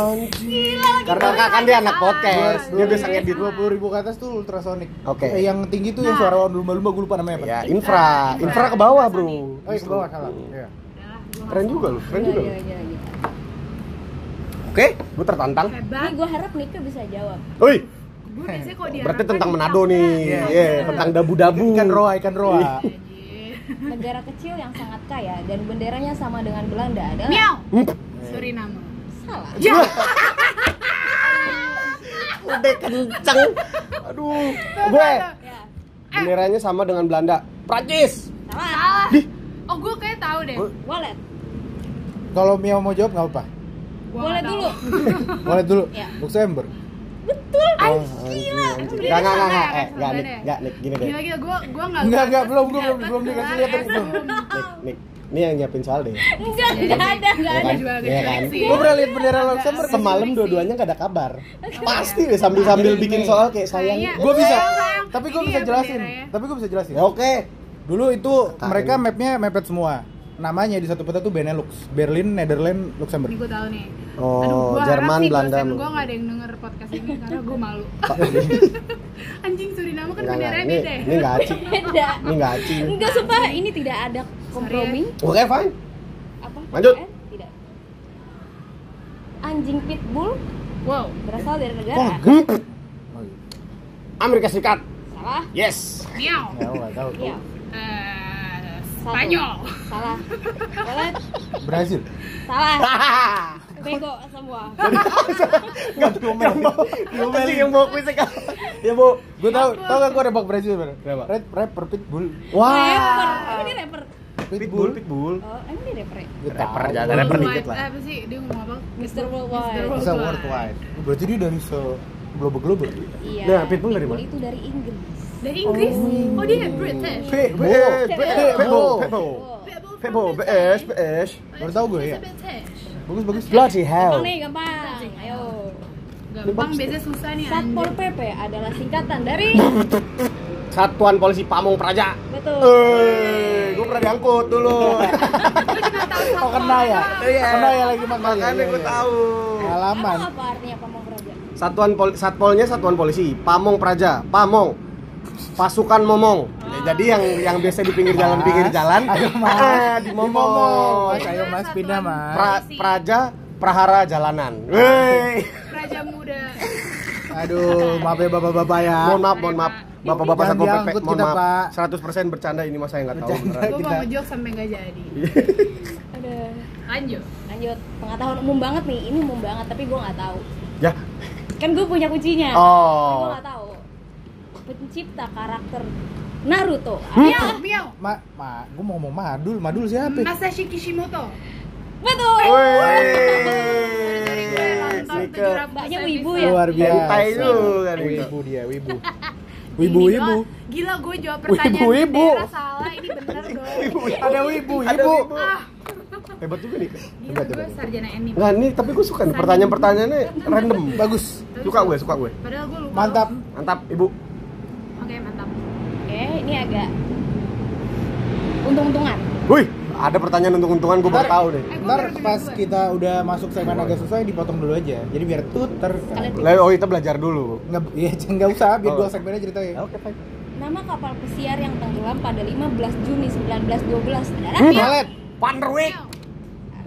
S4: Gila lagi.
S1: Karena kan, kan dia anak podcast,
S3: Dua-
S1: dia biasa ngedit.
S3: dua-
S2: dua puluh ribu ke atas tuh ultrasonic.
S1: Oke.
S2: Eh, yang tinggi tuh yang
S3: Nah.
S2: suara lumba-lumba gue lupa namanya apa.
S1: Ya, infra, infra ke bawah, Bro.
S2: Oh, iya, ke bawah salah. Iya.
S3: Udahlah, gua nggak
S1: Keren
S3: tahu.
S1: juga lu, keren
S4: Gila,
S1: juga lu.
S3: iya,
S4: gila, gila, gila.
S1: Oke, gua tertantang.
S4: Ini
S3: Hebat.
S4: gue harap Nika bisa jawab.
S1: Wih,
S3: Gue biasanya kalau diharapkan
S1: berarti tentang
S3: Iya, dia
S1: Manado
S3: apa?
S1: nih.
S2: Iya.
S1: Iya, tentang dabu-dabu.
S2: Ikan roa, ikan roa.
S3: Jadi-
S4: Negara kecil yang sangat kaya dan benderanya sama dengan Belanda adalah
S3: Miau.
S1: Hmm.
S3: Suriname.
S4: salah.
S3: Ya.
S1: Udah kenceng. Aduh, gue
S3: Eh.
S4: Ya.
S1: Benderanya sama dengan Belanda. Prancis.
S4: Salah.
S3: Salah. Oh, gue kayak tahu deh.
S1: Gua-
S4: Wallet.
S2: Kalau Mia mau jawab nggak apa?
S3: Gua
S4: Wallet
S3: nggak
S4: dulu.
S3: tahu.
S2: Boleh dulu.
S4: Iya.
S2: Luxembourg.
S1: Oh,
S3: anjing.
S1: Enggak, enggak, enggak,
S3: Sama ya,
S1: eh, enggak,
S3: sama
S1: Nik,
S3: ya.
S1: enggak, Nik, gini deh.
S3: Gila gila gue gue enggak
S2: Enggak, enggak, belum, gue belum, belum dikasih lihat tapi belum.
S1: Nik, Nik, ini yang nyiapin soal deh.
S4: Enggak, enggak ada, enggak
S1: oh, Iya
S4: ada.
S1: kan?
S3: juga
S1: Iya
S3: gitu
S1: kan?
S3: sih.
S2: Gue pernah lihat bendera Luxembourg.
S1: Semalam dua-duanya nggak ada kabar. Pasti deh sambil-sambil
S2: Jadi
S1: bikin
S2: ini.
S1: soal kayak sayang.
S3: Kayaknya-
S2: Gue bisa,
S3: Sayang, sayang.
S2: tapi gue
S3: Ini
S2: bisa
S3: ya
S2: jelasin.
S3: bendera ya.
S2: Tapi gue bisa jelasin.
S1: Ya oke.
S2: Dulu itu
S1: Tahu.
S2: mereka mapnya mepet semua. Namanya di satu peta tuh Benelux, Berlin, Netherlands,
S3: Ini
S2: Luxembourg.
S3: gue tahu nih.
S1: Oh,
S3: gua
S1: Jerman, Belanda.
S3: Gue gak ada yang denger podcast ini karena gue malu. (laughs) Anjing Suriname kan
S1: Enggak, enggak.
S3: benderanya
S1: Ini
S3: beda ya.
S1: ini enggak aci.
S4: Beda.
S1: Ini enggak aci.
S4: Enggak, sumpah ini tidak ada kompromi.
S1: Oke, fine.
S4: Apa?
S1: Lanjut.
S4: Eh, Tidak. Anjing pitbull
S3: Wow.
S4: berasal dari negara.
S2: Oh, iya.
S1: Amerika Serikat.
S4: Salah.
S1: Yes.
S3: Miau.
S2: Ya, gak tahu.
S4: Iya.
S3: Eh,
S4: Satu.
S3: Spanyol.
S4: Salah. Wallet.
S2: Brazil.
S4: Salah. Bego semua.
S2: Enggak
S1: (laughs) Yang bawa, yang bawa kuisnya kan. Ya, Bu.
S2: Gue tahu, tau gak gue rebak Brazil bener?
S1: Kenapa?
S2: Red, rapper, pitbull.
S4: Rapper. Emang dia rapper?
S1: (laughs) Pitbull, pitbull.
S4: Oh, emang dia rapper ya?
S2: Gua
S1: Rapper,
S2: tahu.
S1: jangan rapper dikit
S3: Worldwide.
S1: lah.
S3: Eh, Apa sih dia ngomong apa?
S4: Mr. Worldwide.
S3: Mr.
S2: Bisa worldwide. Berarti dia dari se global global.
S4: Iya.
S1: Nah, pitbull dari mana?
S4: itu dari Inggris.
S3: Dari Inggris. Oh, dia British.
S1: Pitbull, BS, BS.
S2: Baru tahu gue, ya?
S3: British.
S2: Bagus bagus.
S1: Bloody
S4: Gampang
S1: hell.
S4: nih, gampang. Ayo.
S3: Gampang biasanya susah nih. anjing.
S4: Satpol PP adalah singkatan dari
S1: (laughs) Satuan Polisi Pamung Praja.
S4: betul.
S1: Eh, gue pernah diangkut dulu.
S2: Oh kena ya?
S1: Iya.
S2: Kena ya lagi makanya.
S1: Makanya gue tahu.
S2: Pengalaman.
S4: Emang apa artinya pamong praja?
S1: Satuan pol satpolnya Satuan Polisi Pamung Praja, Pamong. Pasukan Momong. Ya, jadi yang yang biasa di pinggir jalan pinggir jalan (laughs) ah, di Momong.
S2: Mas, ayo mas pindah mas.
S1: Pra- praja Prahara Jalanan. Wey.
S3: Raja Muda.
S2: Aduh, maaf ya bapak-bapak ya.
S1: Mohon maaf, mohon maaf. Bapak-bapak
S2: Jangan
S1: satpol pp,
S2: diangkut
S1: mohon
S2: kita, Pak.
S1: maaf. 100% bercanda ini mas saya nggak tahu.
S2: Bercanda.
S1: beneran.
S3: Gue
S2: Kita-
S3: mau ngejok sampai nggak jadi.
S4: Ada
S3: Lanjut.
S4: lanjut pengetahuan umum banget nih. Ini umum banget tapi gue nggak tahu.
S1: Ya.
S4: Kan gue punya kuncinya. Gue
S1: Oh.
S4: nggak tahu. Pencipta karakter Naruto.
S1: Hmm?
S4: Ya,
S3: Miau, miau.
S2: Ma, ma, gue mau ngomong madul, madul siapa?
S3: Masashi Kishimoto.
S4: Betul.
S3: Dari gue nonton
S1: Wih.
S3: tujuh ratus
S4: Mbaknya
S3: episode.
S4: wibu ya?
S2: Luar biasa.
S1: Hentai lu kan itu.
S2: Wibu dia, wibu.
S3: Ini
S2: Wibu, wibu.
S3: doang. Gila gue jawab pertanyaan
S2: Wibu-wibu.
S3: daerah salah ini
S2: (laughs)
S3: bener dong.
S2: Ada wibu,
S1: Ada
S2: ibu.
S1: wibu.
S3: Ah.
S1: Hebat juga nih.
S3: Gila gue sarjana anime.
S1: Nah, nih tapi gue suka nih pertanyaan-pertanyaannya random.
S2: Bagus.
S1: Suka gue, suka gue.
S3: Padahal gue lupa.
S2: Mantap.
S1: Mantap, Ibu.
S3: Oke, mantap.
S4: Oke, Eh, ini agak untung-untungan.
S1: Wih, ada pertanyaan untung-untungan gue baru tahu deh.
S3: Eh, gue
S2: Ntar
S3: baru
S2: pas
S3: juga.
S2: kita udah masuk segmen agak susah dipotong dulu aja. Jadi biar tuter.
S4: Kalian-
S1: Lah, oh kita belajar dulu.
S2: Nggak, ya (laughs) nggak usah, biar
S1: Oh.
S2: dua segmennya ya. ceritanya.
S1: Oke, baik.
S4: Nama kapal pesiar yang tenggelam pada 15 Juni 1912 adalah
S1: Hmm.
S2: Walet,
S1: Panderwick.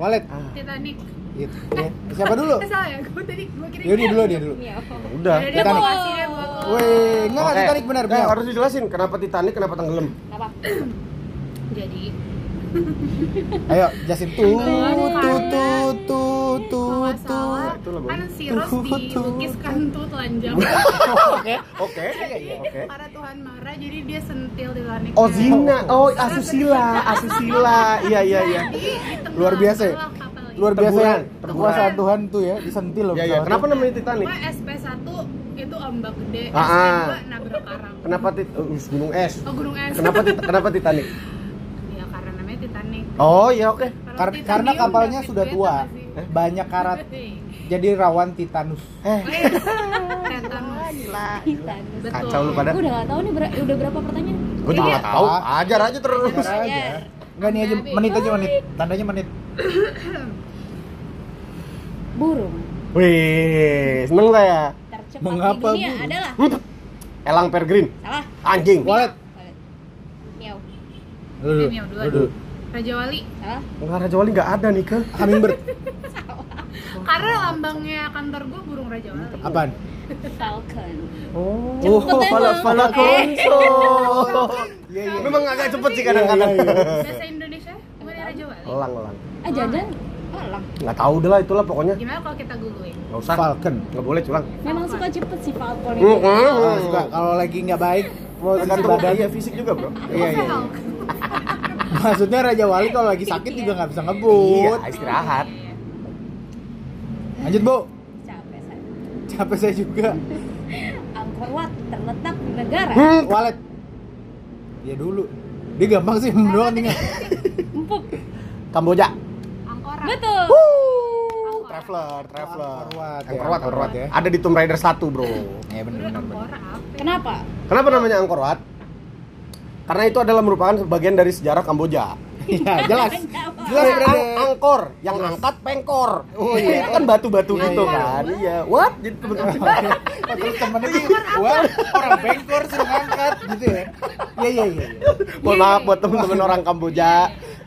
S2: walet.
S3: Titanic.
S2: Gitu. Ya. Siapa dulu?
S3: Eh, (laughs) salah ya, gue tadi gue kira.
S2: Yaudah dulu dia dulu.
S4: Miau.
S1: Udah.
S3: Ada
S2: Titanic.
S3: Titanic. Kasih deh buat lo.
S2: Weh, enggak okay. tarik benar
S1: Nah,
S2: benar.
S1: harus dijelasin kenapa Titanic kenapa tenggelam.
S4: Kenapa?
S3: Jadi,
S2: Ayo, jelasin tuh tuh tuh tuh
S3: kalau
S2: tuh
S3: nggak
S2: tuh.
S3: salah,
S1: Itu lah, Bang.
S3: kan si
S2: Tuh,
S3: Rose
S2: tuh,
S3: dilukiskan tuh telanjang.
S1: Oke. Oke. Oke.
S3: Para Tuhan marah, jadi dia sentil Titanic.
S1: Oh, Zina. Oh, Asusila, Asusila. Iya, iya, iya.
S2: Luar biasa ya? Luar biasa ya.
S1: Teguran, teguran.
S2: Kekuasaan Tuhan tuh ya, disentil loh.
S1: Iya, iya.
S2: pesawatnya.
S1: Kenapa namanya Titanic?
S3: Cuma SP1 itu ombak gede,
S1: Ah, ah.
S3: SP2 nabrak karang.
S1: Kenapa tit uh, gunung es?
S3: Oh, gunung es.
S1: Kenapa tit kenapa Titanic?
S3: Ya karena namanya Titanic.
S1: Oh, iya oke.
S3: Kalau
S2: Kar-
S3: Titanium
S2: karena kapalnya
S3: nggak
S2: sudah
S3: fit-fit
S2: tua,
S3: sama sih. Iya.
S2: banyak
S3: (laughs)
S2: karat, Eh. jadi rawan titanus.
S1: Eh,
S3: Eh,
S2: (laughs)
S3: tetanus.
S1: Ah,
S4: Titanus.
S3: Betul.
S1: kacau lu pada.
S4: Gue udah gak tau nih ber- udah berapa pertanyaan
S1: Gue juga nggak tahu. Ajar aja terus.
S2: Ntar aja. Enggak nih aja
S3: Habis.
S2: menit aja menit. Tandanya menit.
S4: Burung
S1: Wih, seneng saya.
S4: tercepat
S2: Mengapa
S4: di dunia
S2: burung?
S4: adalah
S1: Hmm. Elang Peregrine,
S4: Salah
S1: anjing.
S2: Walet.
S4: Miau
S2: Lu
S3: Ini yang duluan.
S2: dulu.
S3: ya, Raja Wali.
S4: Salah
S1: Enggak Raja Wali nggak ada nih ke. (laughs)
S2: Hummingbird.
S3: Karena lambangnya kantor gue burung Raja Wali.
S2: (laughs) Apaan?
S4: Falcon
S1: Oh,
S4: Cepet emang.
S1: Fala Konso.
S2: Iya iya.
S1: Memang agak cepet sih kadang-kadang.
S2: Iya, iya,
S3: Bahasa Indonesia bukan Raja Wali.
S2: Oh.
S1: Elang, elang.
S4: Ah jangan Alang
S1: Nggak tahu deh lah itulah pokoknya.
S3: Gimana kalau kita googling?
S1: Nggak usah.
S2: Falcon.
S1: Nggak boleh curang. Hmm, Iya,
S4: Memang suka cepet si Falcon itu
S1: Mm-mm.
S2: Ah, suka kalau lagi nggak baik mau cuci
S1: tergantung
S2: badan.
S1: iya fisik juga bro
S2: Iya, iya, iya. Maksudnya Raja Wali kalau lagi sakit juga nggak bisa
S1: iya
S2: ngebut.
S1: istirahat
S2: Lanjut Bu.
S4: Capek saya.
S2: Capek saya juga.
S4: Angkor Wat terletak di negara
S1: Hmm.
S2: Walet. Dia dulu. Dia gampang sih doang tinggal.
S4: empuk.
S1: Kamboja
S3: Angkora.
S4: Betul.
S3: Angkora.
S1: traveler traveler
S2: Angkor
S1: Angkor
S2: Wat, ya,
S1: Wat
S2: Angkor
S1: Angkor
S2: Wat
S1: Wat
S2: ya.
S1: ada di Tomb Raider 1 bro Iya,
S2: Ya
S3: Dulu
S2: benar benar.
S3: Angkora apa? ya?
S4: Kenapa?
S1: kenapa namanya Angkor Wat karena itu adalah merupakan bagian dari sejarah Kamboja
S2: Iya, jelas.
S4: (laughs) Kenapa?
S2: Jelas
S1: Ang-
S2: berarti.
S1: angkor yang angkat pengkor oh iya kan batu-batu
S2: Iya,
S1: gitu
S2: iya.
S1: kan (laughs) iya what jadi temen-temen kita
S2: Oh, terus temennya sih, wah orang bengkor suruh ngangkat gitu ya. Iya iya iya. iya.
S1: mohon maaf buat temen-temen orang Kamboja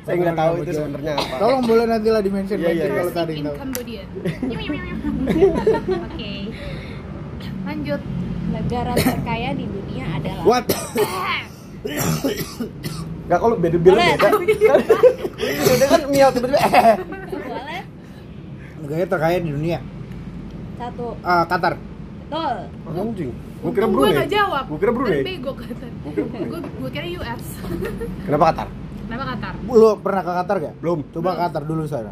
S1: saya nggak
S2: Orang
S1: tahu itu
S2: Kamboja.
S1: sebenarnya apa
S2: Tolong boleh nanti lah di mention
S1: Iya, iya,
S2: kalau
S1: iya.
S2: tadi
S3: in
S2: tahu. (laughs)
S3: Cambodian. Oke. Lanjut.
S4: Negara terkaya di dunia adalah
S2: What?
S1: Gak kalau beda beda
S4: Boleh.
S1: beda. Beda kan miau tiba-tiba. eh.
S4: Boleh?
S2: Negara terkaya di dunia.
S4: Satu.
S2: Ah, Qatar.
S4: Betul.
S1: Anjing. Gua kira
S3: Untung
S1: Brunei.
S3: Gue gak jawab.
S1: Gua kira Brunei.
S3: Kan bego kata.
S1: Gua kira Brunei.
S3: Gue gue kira US.
S1: Kenapa Qatar?
S3: Kenapa Qatar?
S2: Lu pernah ke Qatar gak?
S1: Belum.
S2: Coba ke Qatar dulu sana.
S3: Oh,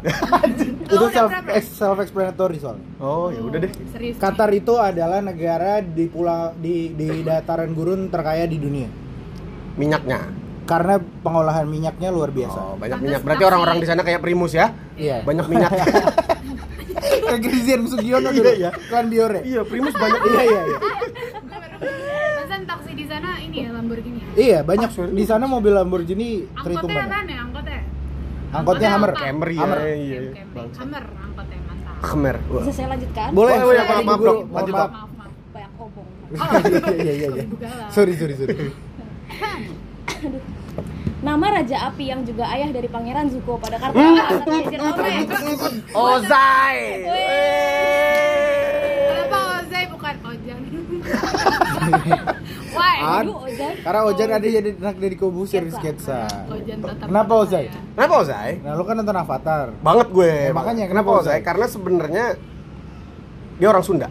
S2: itu
S3: udah
S2: self
S3: berapa?
S2: self explanatory soalnya.
S1: Oh, ya udah deh.
S3: Serius.
S2: Qatar itu adalah negara di pulau di di dataran gurun terkaya di dunia
S1: Minyaknya.
S2: karena pengolahan minyaknya luar
S1: Oh,
S2: biasa.
S1: banyak
S3: Pantes
S1: minyak. Berarti
S3: nasi.
S1: orang-orang di sana kayak primus ya?
S2: Iya.
S1: Banyak minyak.
S2: Kayak Christian Sugiono dulu
S1: Iya, iya.
S2: Klan Biore.
S1: iya, primus banyak
S2: (laughs) Iya iya iya.
S3: Gue baru Pesan taksi di sana ini ya Lamborghini.
S2: Iya, banyak
S1: Ah, sorry.
S2: di sana mobil Lamborghini
S3: Angkotnya
S2: terhitung
S3: apaan
S2: banyak.
S3: ya? Angkotnya.
S2: Angkotnya Hammer.
S3: apa?
S1: Camry ya.
S2: Hammer.
S1: Iya,
S3: Iya,
S1: iya.
S3: Hammer angkotnya masa.
S1: Khmer. Wah.
S4: Bisa
S3: Iya.
S4: saya lanjutkan?
S2: Boleh,
S1: Boleh, boleh,
S2: saya
S1: ya, Oh, iya, maaf, maaf,
S2: guru.
S1: Bro.
S2: Mohon
S1: Lanjut,
S2: maaf.
S3: Maaf, maaf.
S4: Banyak obong.
S3: Oh,
S2: Iya iya iya.
S3: Bukalah.
S2: Sorry sorry sorry.
S4: Nama Raja Api yang juga ayah dari Pangeran Zuko pada
S2: Hmm.
S4: Kartawira saat diajar
S2: (laughs)
S4: Tommy.
S1: Ozai.
S3: Kenapa Ozai bukan Ojan? Why?
S2: Ah.
S4: Aduh, Ozan.
S2: Karena Ojan ada jadi anak dari Kobusir
S3: Iya,
S2: di sketsa.
S3: Ojan tetap ya?
S2: Kenapa Ozai?
S3: saya.
S1: Kenapa Ozai?
S2: Nah, lu kan nonton Avatar.
S3: Nah,
S1: Banget gue.
S2: Ya, makanya,
S1: kenapa
S2: kenapa
S1: Ozai?
S2: Ozai?
S1: Karena sebenarnya dia orang Sunda.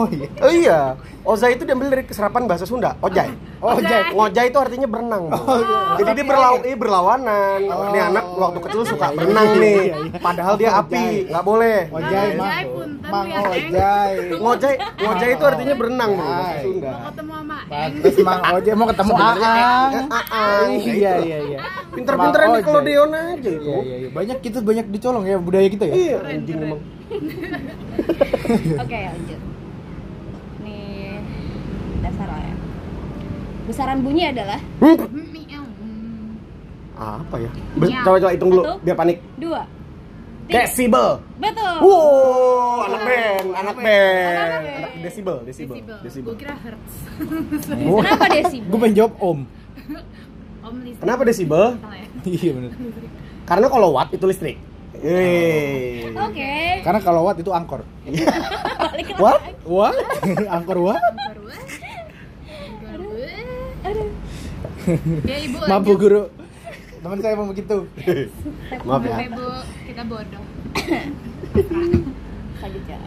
S2: Oh iya.
S1: Oh iya, Ozai itu diambil dari keserapan bahasa Sunda, Ojai.
S2: Oh, Ojai.
S1: Ngojai itu artinya berenang. Bu.
S3: Ah,
S1: Jadi dia berlau iya, berlawanan.
S2: Oh.
S1: Ini anak waktu kecil suka
S2: Iya,
S1: berenang
S2: iya,
S1: nih.
S2: iya, iya.
S1: Padahal dia api, nggak boleh.
S2: Ojai,
S3: Ojai,
S2: Mang.
S3: punten, ya,
S2: Mang
S3: lihat, Eng.
S2: Ojai.
S3: (laughs)
S1: Ngojai, ngojai itu artinya berenang, Bro, bahasa
S2: Ojai.
S1: Sunda.
S3: Mau ketemu sama Eng.
S2: Pantes Mang Ojai mau ketemu
S1: Sebenarnya
S2: Aang.
S1: Aang. Aang.
S2: Iya, iya, iya.
S1: Pinter-pinteran
S2: Mang
S1: di kalau
S2: Ojai.
S1: Deon aja itu.
S2: Iya, iya, iya. Banyak kita banyak dicolong ya budaya kita ya.
S1: Iya,
S3: Keren,
S1: anjing
S3: keren.
S1: emang.
S4: Oke, lanjut. Nih dasar lah ya. Besaran bunyi adalah
S3: Miau.
S1: Apa ya? Be- Coba coba hitung dulu
S4: Satu.
S1: biar panik.
S4: dua. tiga.
S1: Desibel.
S4: Betul.
S1: Wow, anak band, anak band.
S4: band.
S1: Anak desibel, desibel,
S3: Desibel.
S1: desibel.
S3: Gue kira hertz.
S4: Kenapa
S2: (laughs)
S4: desibel?
S2: Gue Oh. pengen jawab om.
S3: Om Lisa.
S1: Kenapa desibel?
S3: Salah
S1: (laughs)
S3: ya?
S2: Iya benar.
S1: Karena kalau watt itu listrik. Yeay.
S4: Oke.
S2: Karena kalau wat itu angkor.
S4: Balik lagi.
S1: What?
S2: What? (laughs) angkor what?
S3: Baru. eh. Baru. eh.
S4: Aduh.
S3: Ya ibu.
S2: Mampu guru. Teman saya gitu. mau begitu.
S1: Maaf
S3: lanjut.
S1: ya.
S3: Ibu, kita bodoh.
S4: Selanjutnya.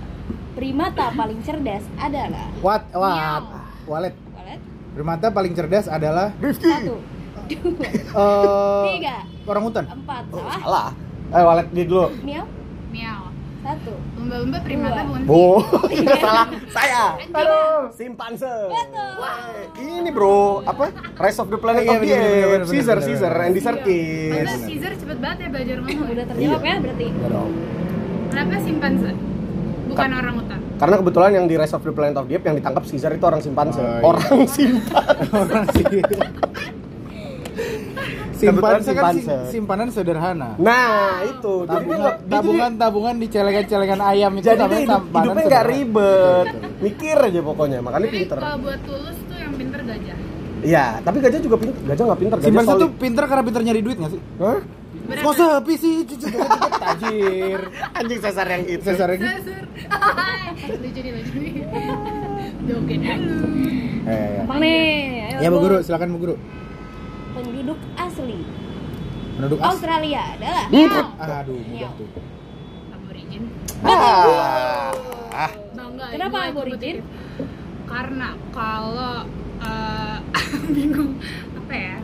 S4: Primata paling cerdas adalah
S2: What? What? Walet.
S4: Walet.
S2: Primata paling cerdas adalah
S4: Satu, dua,
S2: eh
S4: tiga,
S2: orang hutan.
S4: empat.
S1: Oh.
S4: Salah.
S1: Salah. Eh walet dia dulu.
S4: Miau.
S3: Miau.
S4: Satu.
S3: Lumba-lumba primata
S4: Dua.
S3: bukan
S1: Bo, salah saya.
S3: Anjing.
S1: Aduh, simpanse. Ini bro, apa? Rise of the Planet
S2: Iya,
S1: of the
S2: bener, bener, bener,
S1: Apes.
S2: bener,
S1: Caesar,
S2: bener,
S1: Caesar,
S2: bener.
S1: Andy
S3: Iya.
S1: Serkis.
S3: Padahal Caesar cepet banget ya belajar ngomong.
S4: (laughs) Udah terjawab
S1: Iya.
S4: ya berarti.
S2: Enggak dong.
S3: Kenapa simpanse? Bukan orang hutan.
S1: Karena kebetulan yang di Rise of the Planet of the Apes yang ditangkap Caesar itu orang simpanse.
S2: Oh, iya.
S1: Orang simpan.
S2: (laughs) Orang sih.
S1: Kebetulan
S2: Simpan, kan
S1: simpanse.
S2: sim- simpanan sederhana.
S1: Nah, itu. Jadi dia
S2: Tabungan,
S1: nggak- dia
S2: tabungan, tabungan di celengan-celengan ayam itu
S1: Jadi dia
S2: namanya
S1: hidup,
S2: simpanan
S1: hidupnya nggak
S2: sederhana.
S1: ribet. Mikir aja pokoknya, makanya
S3: Tapi
S1: pinter.
S3: kalau buat tulus tuh yang pinter gajah.
S1: Iya, tapi gajah juga pinter. Gajah nggak pinter. Gajah
S2: Simpanse tuh
S1: solid.
S2: pinter karena pinter nyari duit nggak sih?
S1: Hah?
S3: Berat.
S2: Kok sepi sih? Cucu tajir.
S1: (laughs) Anjing sesar yang itu.
S2: Sesar lagi.
S3: Caesar. lucu nih lucu nih. Joget dulu.
S2: Eh,
S4: Gampang nih.
S1: Iya,
S4: Ayo,
S2: Ya Bu
S4: Bu.
S2: Guru, silakan Bu Guru.
S4: Penduduk asli
S2: Penduduk as.
S3: Oh,
S4: Australia adalah
S3: Miau.
S2: Aduh, mudah tuh.
S3: Aborigin.
S1: Ah.
S3: Bangga.
S4: Kenapa
S3: gua ikut
S4: aborigin?
S3: ikut. karena kalau eh, (laughs) bingung apa ya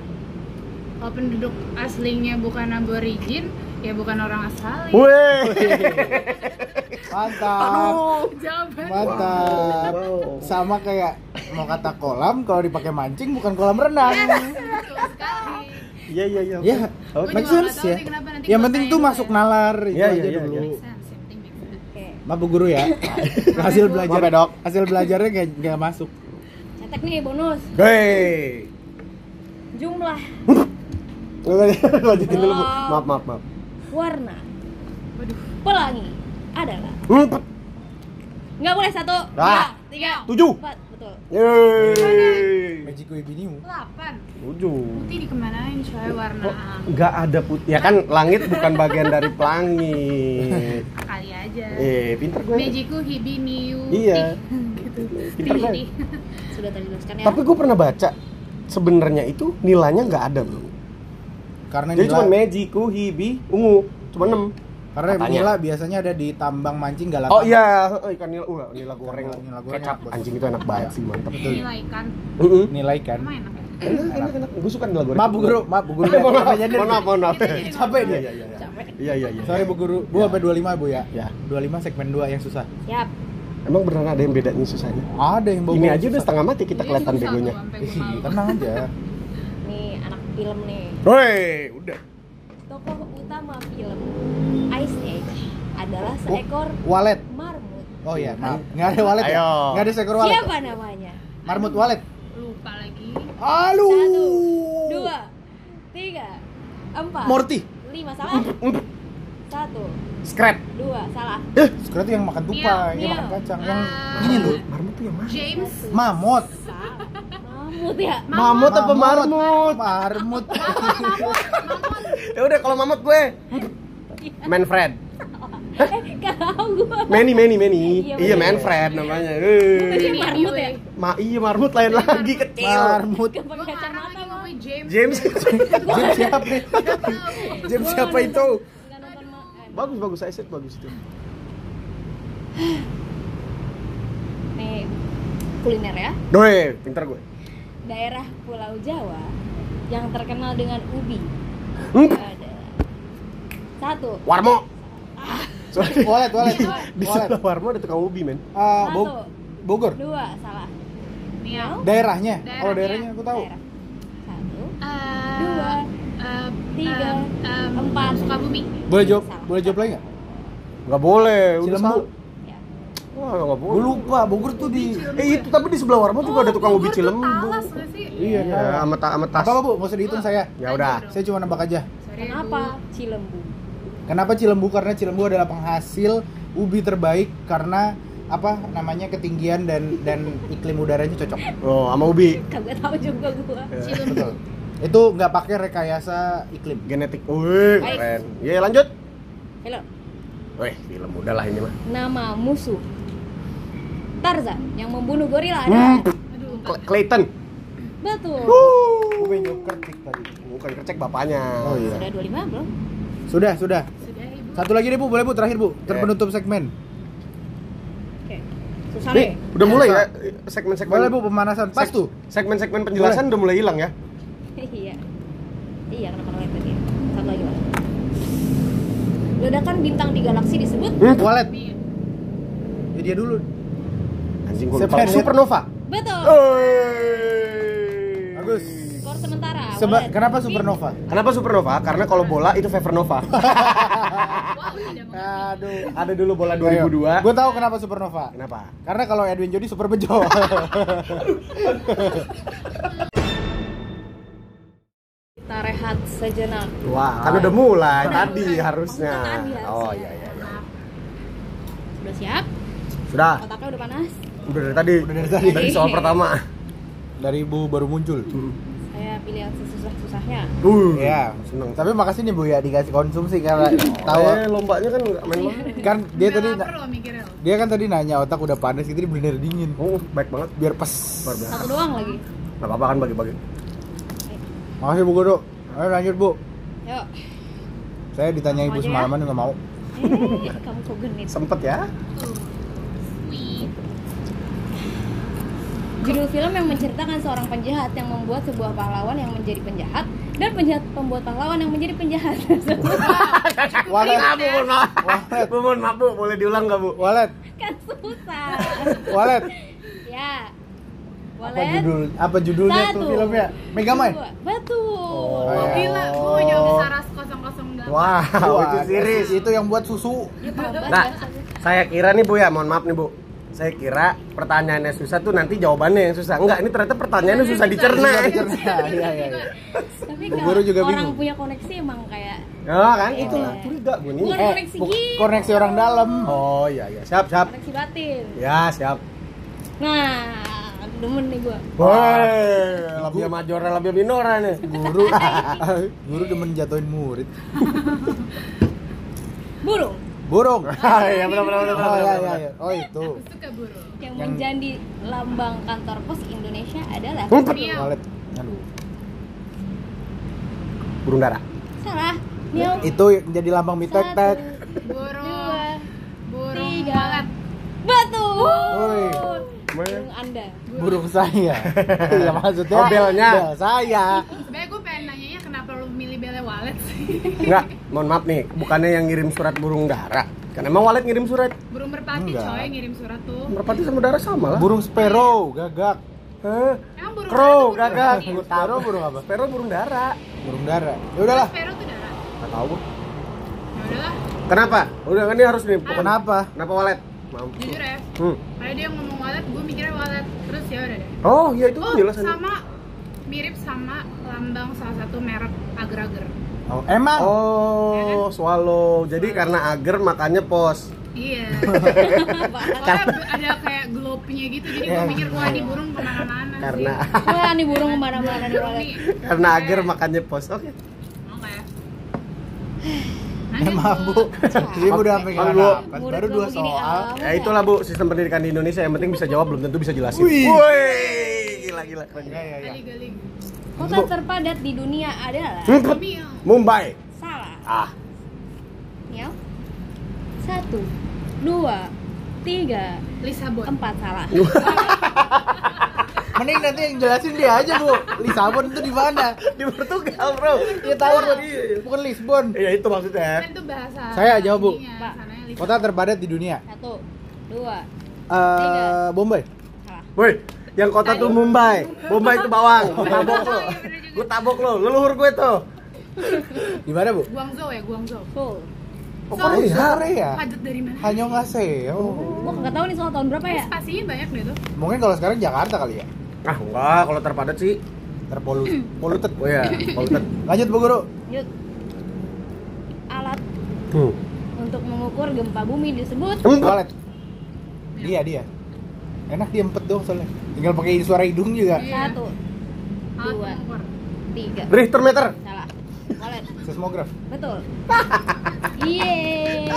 S3: kalau penduduk aslinya bukan aborigin ya bukan orang asli
S1: Weh.
S2: Ah, Mantap.
S3: jawaban
S2: Mantap. Sama kayak mau kata kolam kalau dipakai mancing bukan kolam renang.
S3: betul sekali
S1: Iya iya iya.
S2: Ya,
S3: Gua
S2: make
S3: juga nggak
S2: sense
S3: tahu
S2: ya.
S3: sih kenapa, nanti
S2: Yang
S3: gua
S2: penting
S3: tanya
S2: tuh
S3: dulu
S2: masuk
S3: ya.
S2: nalar itu
S1: Iya,
S2: aja
S1: iya, iya,
S2: dulu.
S1: iya.
S3: Sense, yang penting make sense.
S4: Oke,
S2: Maaf Bu guru (laughs) ya. hasil
S3: Bu.
S2: belajar
S1: Maaf ya, Dok.
S2: hasil belajarnya nggak nggak masuk.
S4: cetek nih bonus.
S1: Hei.
S4: Jumlah
S1: Lanjutin dulu, Bu.
S4: Wow.
S1: Maaf, maaf, maaf.
S4: warna
S3: waduh
S4: pelangi adalah
S1: Empat.
S4: nggak boleh satu, dua,
S1: Ah.
S4: tiga,
S1: Tujuh.
S4: empat, betul.
S1: Yeay.
S2: Magico Ibiniu.
S3: delapan
S1: Eh, Tujuh.
S3: putih dikemanain coy warna
S1: Kok nggak ada putih? Ya kan langit bukan bagian dari pelangi.
S3: kali aja
S1: Eh, pinter gue.
S3: Mejiku hibiniu
S1: Iya.
S3: gitu.
S1: Pinter gue.
S3: Tih, tih.
S4: Sudah terjelaskan ya.
S1: Tapi gue pernah baca sebenarnya itu nilainya nggak ada bro.
S2: Karena
S1: Jadi
S2: nila,
S1: cuma Mejiku, Hibi, Ungu, cuma 6
S2: karena
S1: Katanya.
S2: nila biasanya ada di tambang mancing galak.
S1: Oh iya, oh, ikan nila, uh, nila goreng,
S2: Nila goreng
S1: kecap,
S2: enak.
S1: anjing itu enak banget sih mantep.
S2: Betul.
S3: nilai ikan
S1: Mm-mm.
S2: Nilai kan.
S3: emang enak ya
S1: Enak, enak, enak. Gue suka nila goreng.
S2: Maaf Bu guru, maaf Bu guru.
S1: Eh, Mohon maaf,
S2: Jangan
S1: mohon maaf, mohon maaf.
S3: Kita jadi
S2: (laughs) Capek
S1: Iya,
S2: dia.
S1: iya, iya.
S4: Capek.
S1: Iya, iya, iya.
S2: Sorry Bu guru, Bu apa 25 Bu ya?
S1: Ya.
S2: 25 segmen 2 yang susah.
S4: Siap.
S1: Emang beneran ada yang bedanya susahnya?
S2: Ada yang bawa
S1: Ini aja udah setengah mati kita kelihatan
S3: Jadi Iya, susah
S1: begonya. Iya, kan?
S3: gua sampai
S2: Ih,
S3: gua malu.
S2: tenang aja.
S4: Nih anak film nih.
S1: Woi, udah.
S4: Tokoh utama film Ice Age adalah
S2: Oh.
S4: seekor
S2: Walet.
S4: marmut.
S2: Oh iya, maaf. Nggak ada walet ya?
S1: Ayo.
S2: Nggak ada seekor walet.
S4: Siapa namanya?
S2: Marmut walet.
S3: lupa lagi
S2: Alu.
S4: Satu, dua, tiga, empat,
S2: Morty.
S4: lima salah. Satu,
S1: Scrap.
S4: dua salah.
S2: Sekarang tuh yang makan tupai, yang makan kacang, yang
S3: Ah,
S2: ini loh.
S1: Iya. Marmut tuh yang mana?
S3: James
S2: Mamut.
S4: Salah. Mamut ya.
S1: Mamut apa marmut?
S2: Marmut.
S1: Ya udah kalau mamut gue. Iya. (laughs) Manfred.
S4: Eh, kalau gua
S1: Manny, Manny, Manny.
S4: Iya,
S1: Iya,
S4: Manny.
S1: Manfred namanya. Eh.
S4: Tadi yang marmut
S3: eh.
S4: ya.
S1: Ma iya marmut lain lagi kecil.
S2: Marmut.
S4: Gak
S3: gue
S4: pakai
S3: karena
S4: kacamata
S3: lagi
S4: gua.
S3: ngomongin James
S1: James. (laughs)
S2: James siapa? James siapa itu?
S4: Gak nonton ma- eh,
S1: bagus bagus saya set bagus itu.
S4: Nih kuliner ya.
S1: Doi, pintar gue.
S4: Daerah Pulau Jawa yang terkenal dengan ubi
S1: Hmm,
S4: adalah satu,
S1: Warmo. Ah. Sorry.
S2: Walet, walet.
S1: Di
S2: Walet.
S1: sebelah Warmo ada tukang ubi, men.
S2: Ah, Bo-
S4: Satu.
S2: Bogor.
S4: dua salah.
S3: Miau.
S2: Daerahnya. Oh, daerahnya
S3: Daerahnya.
S2: aku tahu.
S4: Daerah. Satu,
S3: Eh,
S4: dua,
S3: eh,
S4: tiga,
S3: em, em,
S4: empat.
S3: Sukabumi
S2: Boleh jawab, boleh jawab lagi nggak?
S1: Nggak boleh, udah
S2: Cilembu.
S1: salah.
S4: ya.
S1: Wah, nggak
S2: Gue
S1: boleh.
S2: lupa, Bogor tuh di
S1: Eh, itu tapi di sebelah Warmo juga ada
S4: Oh,
S1: tukang ubi Cilembu.
S3: Oh, talas nggak sih
S1: Iya, sama ta- sama tas.
S2: apa apa bu? Gak usah dihitung saya.
S1: Ya udah.
S2: Saya cuma nembak aja.
S3: Sorry,
S4: Kenapa? Cilembu.
S2: Kenapa Cilembu? Karena Cilembu adalah penghasil ubi terbaik karena apa namanya ketinggian dan dan iklim udaranya cocok.
S1: Oh, sama ubi.
S4: Kagak tahu juga
S3: Bu.
S4: gua.
S1: Ya,
S3: Cilembu
S2: Betul. Itu nggak pakai rekayasa
S1: Eh,
S2: iklim.
S1: Genetik. Wih,
S4: Baik.
S1: keren. Ya, lanjut.
S4: Hello.
S1: Weh, film udahlah ini mah.
S4: Nama musuh Tarzan yang membunuh gorila
S1: Hmm,
S4: adalah
S3: Aduh,
S1: Cle- Clayton.
S4: betul.
S2: Gue
S1: Wuh.
S2: pengen jawab kertik tadi.
S1: Bukan kecek bapaknya.
S2: Oh iya.
S4: Sudah 25 belum?
S2: Sudah, sudah.
S3: sudah ibu
S2: Satu lagi deh bu, boleh bu, terakhir
S1: Eh.
S2: bu, terpenutup segmen.
S4: Oke. Susah
S1: Nih,
S4: nih. (laughs)
S1: udah mulai ya segmen-segmen.
S2: Boleh bu, pemanasan. Pas
S1: seg-
S2: tuh.
S1: Segmen-segmen penjelasan udah mulai hilang ya.
S4: iya. Iya, kenapa ngeliat tadi? Satu lagi, Mas. Ledakan bintang di galaksi disebut
S2: Walet,
S3: Mi-
S2: ya dia dulu.
S1: Anjing gua lupa.
S2: Segmen supernova. Oh.
S4: Ah, betul.
S1: Hey.
S2: Bagus.
S4: Skor sementara.
S2: Seba-
S4: Walet.
S2: kenapa supernova?
S1: Kenapa supernova? Karena kalau bola itu Fevernova.
S3: wow tidak mengerti
S2: Aduh.
S1: Ada dulu bola 2002.
S2: Gue tahu kenapa supernova.
S1: Kenapa?
S2: Karena kalau Edwin Jody super bejo.
S4: Kita rehat sejenak.
S1: Wah, kan udah mulai
S4: Udah
S1: tadi
S4: mulai.
S1: harusnya.
S4: Oh, tadi harusnya.
S1: Oh iya iya iya.
S4: Sudah siap?
S1: Sudah,
S4: Otaknya udah panas?
S1: udah dari tadi.
S2: Udah dari tadi.
S1: Dari soal pertama.
S2: Dari bu baru muncul.
S4: Saya pilih yang sesusah-susahnya.
S1: Uh,
S2: Iya,
S1: seneng.
S2: Tapi makasih nih bu ya dikasih konsumsi karena tahu
S1: Eh, lombanya kan nggak main-main.
S2: kan dia
S3: Nggak
S2: tadi
S3: lapar loh mikirnya loh.
S2: dia kan tadi nanya otak udah panas gitu bener dingin
S1: Oh, baik banget.
S2: biar pes.
S1: Luar biasa.
S4: Satu doang lagi.
S1: Gak apa-apa kan bagi-bagi.
S2: Makasih bu Guru. Ayo lanjut bu.
S4: Yuk.
S2: Saya ditanya ibu
S4: Mau aja ya?
S2: semalaman nggak mau.
S4: Eh,
S1: ya?
S4: kamu kok genit?
S1: Sempet ya.
S3: Tuh. Sweet
S4: Judul film yang menceritakan seorang penjahat yang membuat sebuah pahlawan yang menjadi penjahat dan penjahat pembuat pahlawan yang menjadi penjahat. (laughs)
S2: Walet,
S1: Ah, Bu, mohon maaf.
S2: walet,
S1: Bu, mohon maaf, Bu. Boleh diulang nggak, Bu?
S2: walet,
S4: kan susah.
S2: walet.
S4: ya.
S2: Apa
S4: Boleh.
S2: judul? Apa judulnya tuh ya?
S4: Satu.
S2: filmnya? Megamind.
S4: Dua. Betul.
S1: Oh.
S3: gila, gue mau jawab Saras 008
S1: Wow, itu
S2: Wah,
S1: series.
S2: Oh, Itu yang buat susu.
S4: Ya, tambah
S1: Nah,
S4: ya, satu.
S1: saya kira nih Bu ya, mohon maaf nih Bu. Saya kira pertanyaannya susah tuh nanti jawabannya yang susah. Enggak, ini ternyata pertanyaannya susah dicerna.
S2: Bisa dicerna. Iya, iya, iya.
S4: Tapi
S2: Bu
S4: kalau
S2: Guru juga
S4: orang
S2: bingung.
S4: punya koneksi emang kayak
S1: Ya kan, itulah curiga Bu nih.
S4: Bukan
S2: Eh,
S4: koneksi
S2: bu-
S4: gitu.
S2: koneksi orang dalam.
S1: Oh iya iya, siap siap.
S4: koneksi batin.
S1: Ya, siap.
S4: Nah, demen nih gua.
S1: Woi, lebih majora lebih minora nih. (laughs)
S2: Guru, (laughs) guru demen jatuhin murid.
S4: Burung
S2: Burung.
S1: Iya, benar benar benar.
S2: Oh
S1: benar,
S2: ya ya
S1: benar.
S2: ya. Oh itu.
S3: Suka burung
S4: yang,
S2: Yang-
S4: menjadi lambang kantor pos Indonesia adalah
S1: Ngumpet.
S3: Miau.
S2: Walet. Aduh.
S1: Burung dara.
S4: salah. Miau.
S2: Itu yang jadi lambang mitek tek.
S4: Satu,
S3: Burung,
S4: dua,
S3: burung
S4: tiga.
S3: banget
S4: betul.
S2: Woi.
S4: Burung Anda.
S2: Burung (laughs) saya. Iya maksudnya.
S1: Oh, belnya.
S2: Bel saya.
S3: Sebenernya gue pengen nanyanya kenapa lu milih Bele Wallet sih?
S1: Enggak, mohon maaf nih, bukannya yang ngirim surat burung dara. Kan emang walet ngirim surat.
S3: Burung merpati
S2: Enggak.
S3: coy ngirim surat tuh
S1: Merpati sama dara sama lah.
S2: Burung sparrow gagak.
S1: Hah?
S3: Emang burung
S1: Crow,
S3: merpati tuh
S1: gagak.
S3: burung
S2: Burung sparrow burung apa?
S1: Sparrow burung dara.
S2: Burung dara. Ya
S3: merpati?
S2: udahlah.
S3: Sparrow tuh darah
S1: Enggak tahu. Bu.
S3: Ya udahlah,
S1: Kenapa? Udah kan ini harus nih. pokoknya.
S2: Kenapa?
S1: Kenapa walet? Mampu.
S3: jujur ya
S1: Hmm.
S3: Padahal dia ngomong wallet, gue mikirnya wallet Terus ya udah deh
S1: Oh, iya itu
S3: Oh,
S1: penjelasan.
S3: sama mirip sama lambang salah satu merek agar-agar
S2: Oh, emang.
S1: Oh, swallow. Jadi karena agar makanya pos.
S3: Iya
S4: Apaan?
S3: Soalnya bu- ada kayak globe-nya gitu Jadi gue
S2: Iya.
S3: mikir, wah ini burung kemana-mana sih
S1: Karena
S4: Wah, nih burung kemana-mana nih
S3: Burung
S4: Walet.
S3: nih.
S1: karena agar makanya pos. Oke.
S3: Mau nggak ya?
S2: Eh,
S3: Lanjut, Iya,
S2: maaf
S3: Bu.
S2: bu. Jadi bu udah pegang
S1: Bu.
S2: apa?
S4: Murid
S2: Baru
S4: gua
S2: dua
S4: begini,
S2: soal.
S4: ah.
S1: Ya itulah Bu, sistem pendidikan di Indonesia yang penting bisa jawab belum tentu bisa jelasin.
S2: Wih.
S1: Wih, gila gila keren.
S2: Ya ya ya.
S3: Galing-galing.
S4: Kota terpadat di dunia adalah
S1: Ngumpet.
S3: Miau.
S1: Mumbai.
S4: salah.
S1: Ah, (laughs)
S4: Miau. Satu, dua, tiga,
S3: Lisabon.
S4: empat salah.
S2: Mending nanti yang jelasin dia aja bu. Lisabon itu di mana?
S1: di Portugal, Bro.
S2: Dia tahu Bu. bukan Lisbon.
S1: Iya, itu maksudnya.
S3: Kan itu bahasa.
S2: Saya jawab, Bu.
S3: ininya,
S4: Pak.
S3: sananya Lisabon.
S2: Kota terpadat di dunia.
S4: Satu, dua,
S2: Eh, Bombay.
S4: salah.
S1: Woi, yang kota tuh Mumbai. Mumbai itu bawang. Gua tabok lo. Gua tabok lo. Leluhur gue tuh.
S2: Di mana bu?
S3: Guangzhou ya, Guangzhou.
S4: Full.
S2: Oh,
S3: Seoul.
S2: Korea. Korea.
S3: Padat dari mana?
S2: Hanya ngasih. Oh.
S4: Gua nggak tahu nih soal tahun berapa ya.
S3: Spasinya banyak deh tuh.
S2: Mungkin kalau sekarang Jakarta kali ya.
S1: Ah, enggak, kalau terpadat sih.
S2: Terpolu. Polutet.
S1: Oh ya, polluted.
S2: Lanjut bu guru.
S4: Lanjut. Alat
S1: Hmm.
S4: untuk mengukur gempa bumi disebut
S2: Toilet. Dia Iya, dia. Enak dia empet dong soalnya. Tinggal pakai suara hidung juga.
S4: satu,
S3: Iya. Alat
S4: Dua.
S3: pengukur.
S4: tiga,
S1: Richter meter.
S4: salah. Walet.
S2: Seismograf.
S4: Betul. Yeay.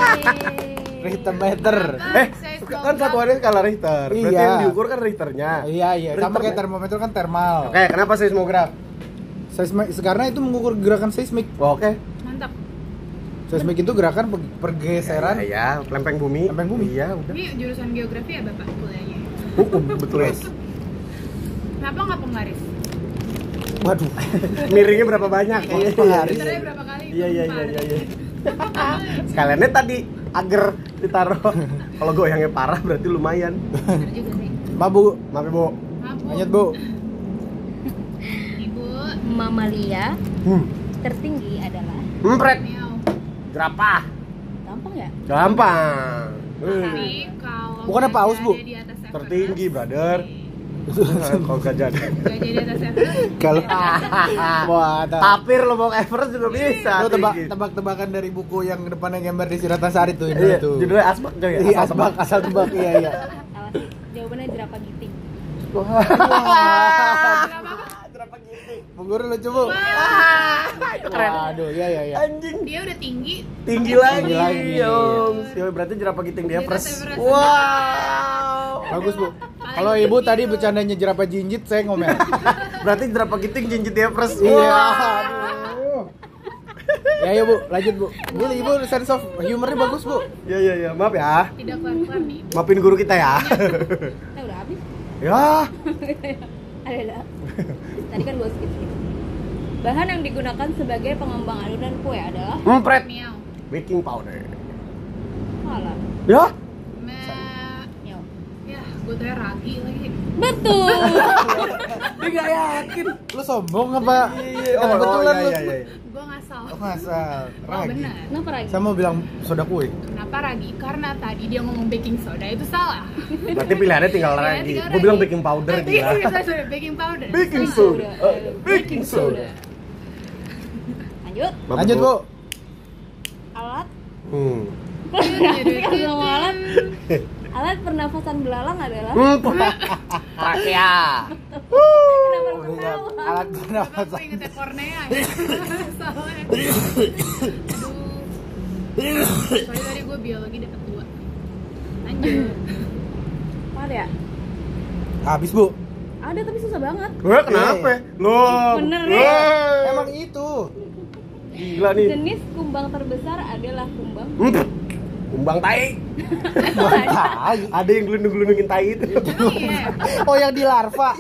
S2: Ritmeter.
S1: Eh, kan satuannya skala Richter. Berarti
S2: Iya.
S1: yang diukur kan Richternya.
S2: Iya iya. Sama
S1: Ritmeter.
S2: kayak termometer kan termal.
S1: Oke, kenapa seismograf?
S2: Seismik karena itu mengukur gerakan seismik.
S1: Oh, Oke.
S3: Mantap.
S2: Seismik itu gerakan per- pergeseran.
S1: Ya, ya, lempeng bumi.
S2: Kan? Lempeng bumi.
S1: Iya, udah.
S3: Ini jurusan geografi ya Bapak kuliahnya.
S1: Hukum betul.
S2: Yes.
S3: Kenapa nggak penggaris?
S1: iya.
S2: Waduh.
S1: Miringnya berapa banyak?
S2: Wah, penggaris.
S3: Pinternya berapa kali?
S1: Iya, iya, iya,
S3: Empat.
S1: iya, iya. Sekaliannya tadi agar ditaruh. Kalau goyangnya parah berarti lumayan.
S3: Bener juga sih.
S2: Ma bu.
S1: Maaf, Bu.
S3: Maaf, Bu.
S1: (laughs)
S2: Lanjut bu.
S3: Ibu.
S4: Mamalia
S1: Hmm.
S4: tertinggi adalah
S1: Empret.
S3: Miau.
S1: Jerapah.
S4: gampang ya?
S1: Gampang.
S3: Tapi
S1: Eh,
S3: kalau
S2: Bukannya
S3: gajah
S2: paus, Bu?
S3: ada di atas Everest,
S1: Tertinggi, brother. Kalau gajah.
S3: Gajah di atas Everest.
S1: (laughs)
S2: Kalau
S1: Ah,
S2: wah tak.
S1: (laughs) Tapir lo bawa Everest juga bisa.
S2: Lo Oh, tebak
S1: tinggi.
S2: tebak tebakan dari buku yang depannya gambar di Siratan Sari tuh itu.
S1: Iya,
S2: tuh.
S1: judulnya asbak juga ya.
S2: Iya,
S1: Asal tebak.
S2: asbak asal tebak iya
S1: (laughs)
S2: iya.
S4: Salah sih. Jawabannya jerapah giting.
S1: Jerapah gini.
S2: Bu guru lucu bu.
S1: (laughs) Itu keren.
S2: Waduh iya iya iya.
S1: Anjing.
S3: Dia udah tinggi.
S1: tinggi lagi, Iya,
S2: lagi,
S1: Om. Yo, berarti jerapah giting dia
S3: Di
S1: pers.
S3: atas Everest.
S1: Wow.
S2: Bagus bu. Kalau ibu tadi bercandanya jerapah jinjit, saya
S1: (laughs)
S2: ngomel.
S1: Berarti jerapah giting jinjit dia pers.
S2: Iya.
S1: Wah.
S2: aduh. Ya ya bu, lanjut bu. Bu ibu sense of humornya bagus bu.
S1: Ya ya ya, maaf ya.
S3: Tidak keluar-keluar nih.
S2: (laughs)
S1: Maafin guru kita ya.
S4: Kita udah habis.
S1: Ya,
S4: adalah tadi kan gue skip skip. Bahan yang digunakan sebagai pengembang adonan kue adalah
S1: empret.
S3: Miau.
S1: Baking powder.
S4: malah
S1: Ya,
S3: Me-
S4: Nyau.
S3: Ya, gue tuh ragi lagi.
S4: Betul.
S2: Dia gak yakin. Lu sombong apa? Iya,
S1: oh, oh,
S2: kebetulan
S1: iya,
S2: lu.
S1: iya, iya.
S3: Gue ngasal.
S2: Oh, ngasal.
S3: Oh,
S2: Ragi.
S3: benar.
S4: Kenapa lagi?
S2: Saya mau bilang soda kue.
S3: Kenapa ragi? Karena tadi dia ngomong baking soda itu salah. Iya,
S1: Berarti pilihannya tinggal
S3: Pilihannya
S1: lagi.
S3: tinggal
S1: Gue bilang
S3: lagi.
S1: baking powder
S3: Baking (laughs)
S1: gila.
S3: soda, baking powder.
S1: (laughs) Baking
S3: Salah.
S1: soda. Eh,
S4: Baking
S1: Baking
S4: soda.
S1: soda.
S4: Lanjut.
S1: Bapak
S2: Lanjut, Bu.
S1: gua-
S4: Alat
S1: Hmm.
S3: Iya,
S4: Kalau mau alat alat pernafasan belalang adalah
S1: Hmm, (laughs) Trakea.
S4: kenapa lu
S2: Ingat,
S4: ketawa?
S2: alat
S3: Kenapa aku
S2: pernafasan.
S3: ingetnya Cornea
S1: (laughs)
S3: ya? Soalnya. Aduh. Soalnya tadi gue biologi dapat dua. Lanjut.
S4: Maaf ya.
S2: Habis, Bu.
S4: Ada tapi susah banget.
S1: Gue ya kenapa? Lo.
S4: Bener,
S1: Lo.
S3: ya.
S2: Emang itu.
S1: gila nih.
S4: Jenis kumbang terbesar adalah kumbang.
S1: Hmm. Kumbang
S3: (laughs)
S1: tai.
S2: Tai.
S1: Ada yang gelundung-gelundungin tai itu.
S3: Emang iya.
S2: Oh, yang di larva.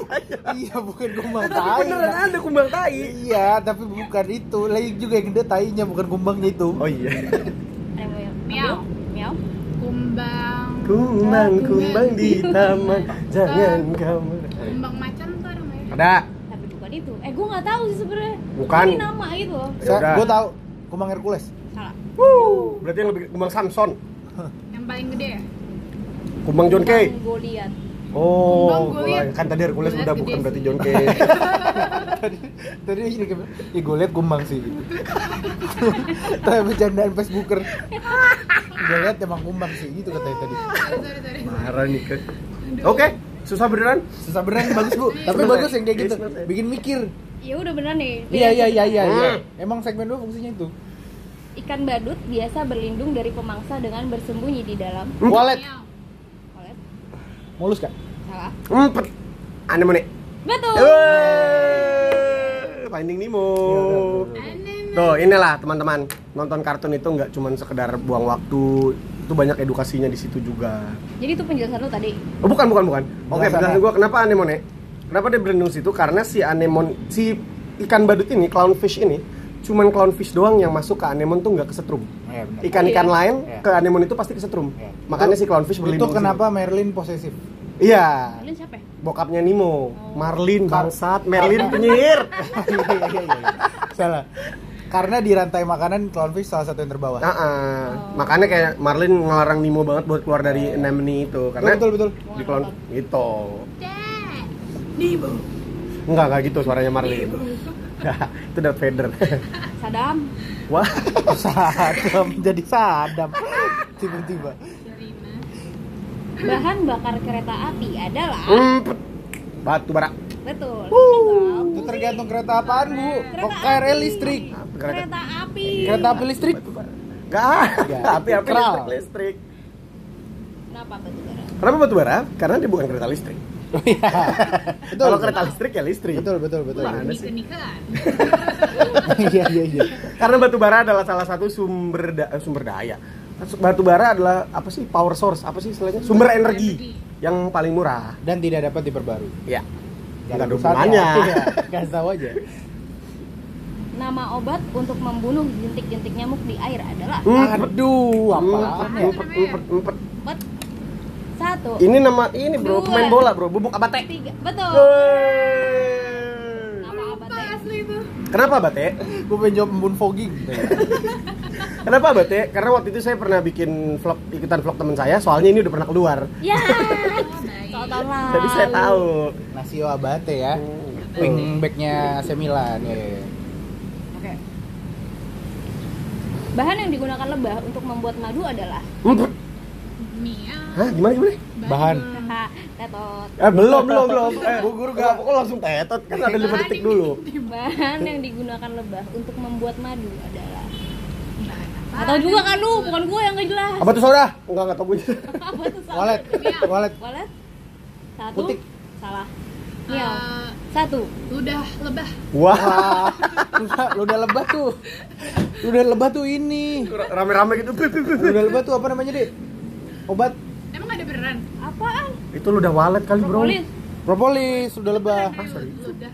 S2: iya, bukan kumbang tai.
S1: Beneran ada kumbang tai.
S2: Iya, tapi bukan itu. Lagi juga yang gede tainya bukan kumbangnya itu.
S1: Oh iya.
S4: Ada yang mau-
S3: Miau.
S4: Miau.
S3: Kumbang.
S1: Kumbang, kumbang di taman, jangan kamu.
S3: Kumbang macan tuh ada ya? namanya.
S1: Ada.
S4: Tapi bukan itu. Eh, gue nggak tahu sih sebenarnya.
S1: Bukan.
S4: Ini nama gitu loh.
S1: Yaudah.
S2: Saya, gue tahu kumbang Hercules.
S4: Salah.
S1: Berarti yang lebih kumbang Samson,
S3: Yang paling gede ya?
S1: kumbang John Kay.
S4: Kumbang Goliat.
S3: Kumbang
S1: Oh,
S3: Goliath.
S1: gua- kan tadi Hercules
S3: Goliath
S1: udah
S3: gede
S1: bukan berarti
S3: sih.
S1: John Kay.
S2: tadi tadi dia juga bilang, ya gue liat kumbang sih (laughs) gitu. tapi bercandaan Facebooker gue liat emang kumbang sih gitu katanya tadi
S3: Sorry, sorry, sorry.
S1: Marah nih ke. Oke, susah beneran.
S2: susah beneran bagus bu tapi
S1: Bener.
S2: bagus yang kayak gitu
S1: Bener.
S2: bikin mikir
S4: Ya udah benar nih.
S2: iya iya iya iya iya.
S1: Hmm.
S2: emang segmen dua fungsinya itu
S4: Ikan badut biasa berlindung dari pemangsa dengan bersembunyi di dalam
S1: Hmm.
S2: wallet
S3: Miau.
S4: kolet.
S2: mulus kan
S4: Salah.
S1: Empet. Aneh mana?
S4: Betul.
S1: Eh, Finding Nemo.
S3: Aneh.
S1: Tuh, inilah teman-teman. Nonton kartun itu nggak cuma sekedar buang waktu, itu banyak edukasinya di situ juga.
S4: Jadi itu penjelasan lo tadi.
S1: Oh, bukan, bukan, bukan. Oke,
S2: Bukan sana.
S1: penjelasan gua kenapa anemone? Kenapa dia berlindung situ? Karena si anemon si ikan badut ini, clownfish ini, cuman clownfish doang yang masuk ke anemon tuh nggak kesetrum.
S2: iya benar
S1: Ikan-ikan
S4: Iya.
S1: lain
S2: Iya.
S1: ke anemon itu pasti kesetrum.
S2: Iya.
S1: Makanya si clownfish
S2: itu
S1: berlindung.
S2: kenapa Merlin (laughs) posesif
S1: situ. Iya.
S4: Kalian siapa? ya?
S1: Bokapnya Nemo, Marlin
S2: Kar-
S1: bangsat, Merlin
S2: (laughs)
S1: penyihir.
S2: Iya, iya, iya, iya. salah karena di rantai makanan clownfish salah satu yang terbawah
S1: Nah, eh, makanya kayak Marlin ngelarang Nemo banget buat keluar dari anemone itu karena
S2: betul betul, (laughs) betul.
S1: di clown gitu.
S3: Dad. Nibo.
S1: Enggak, enggak gitu suaranya Marlin. (laughs) itu udah Vader.
S4: Ah, Sadam.
S1: (laughs) Wah.
S2: Sadam jadi sadam tiba-tiba
S3: Sherina.
S4: Bahan bakar kereta api adalah
S1: Hmm, pet. batu bara.
S4: betul.
S2: itu tergantung kereta apaan bu kok KRL listrik
S4: Kereta api.
S2: kereta api listrik
S1: Batu bara. Enggak,
S2: Enggak.
S1: (laughs) tapi apa
S2: Kral.
S1: listrik, listrik.
S4: Kenapa betul? Bara?
S1: Kenapa batu bara? Karena dia bukan kereta listrik.
S2: betul
S1: Kalau kereta listrik ya listrik.
S2: betul betul betul
S1: Mana sih?
S3: Nikah-nikahan.
S2: (laughs) iya iya iya
S1: Karena batu bara adalah salah satu sumber da- eh, sumber daya. Batu bara adalah apa sih power source? Apa sih istilahnya? Sumber energi yang paling murah.
S2: dan tidak dapat diperbarui
S1: Ya.
S2: Gak
S1: Nggak ada
S2: rusaknya.
S1: hubungannya.
S2: (laughs) Iya, kasih tahu aja
S4: Nama obat untuk membunuh jentik-jentik nyamuk di air adalah
S1: Hmm,
S2: aduh apaan ya
S1: empet, empet, empet.
S4: obat satu
S1: Ini nama ini bro,
S4: Dua.
S1: pemain bola bro, bubuk abate.
S4: tiga betul.
S1: Wey.
S4: Nama
S3: Apa
S4: obatnya?
S3: asli itu?
S1: Kenapa abate?
S2: gue pengen jawab embun fogging
S1: Kenapa abate? Karena waktu itu saya pernah bikin vlog ikutan vlog teman saya, soalnya ini udah pernah keluar.
S4: Ya.
S3: Oh, baik.
S4: Soal tahun lalu.
S1: Jadi saya tahu.
S2: Nasio Abate ya wingbacknya AC Milan ya
S4: Oke. Bahan yang digunakan lebah untuk membuat madu adalah
S1: Empet.
S3: Miau.
S1: Hah, gimana gimana?
S2: Bahan.
S4: Haha, tetot.
S1: Eh, belum, (laughs) belum, belum. Eh,
S2: Bu guru gak-
S1: kok langsung tetot kan ada lima detik dulu.
S4: Bahan yang digunakan lebah untuk membuat madu adalah
S3: Bahan. Eh,
S4: Atau juga kan lu, bukan gue yang gak jelas.
S1: Apa tuh soda? Enggak enggak (laughs) tahu gue.
S4: (laughs) Apa tuh salah?
S2: walet walet
S4: Walet. Satu.
S2: Putik.
S4: Salah. Iya.
S3: Eh,
S4: Satu.
S3: Udah lebah.
S1: Wah,
S2: Wah, lu udah- Ah, lu udah lebah tuh. Lu udah lebah tuh ini.
S1: rame-rame gitu.
S2: Lu udah lebah tuh apa namanya, Dek? Obat
S3: Emang ada beneran?
S4: Apaan?
S1: Itu lu udah walet kali, Bro.
S4: Propolis.
S2: Propolis sudah lebah.
S3: Ada ludah.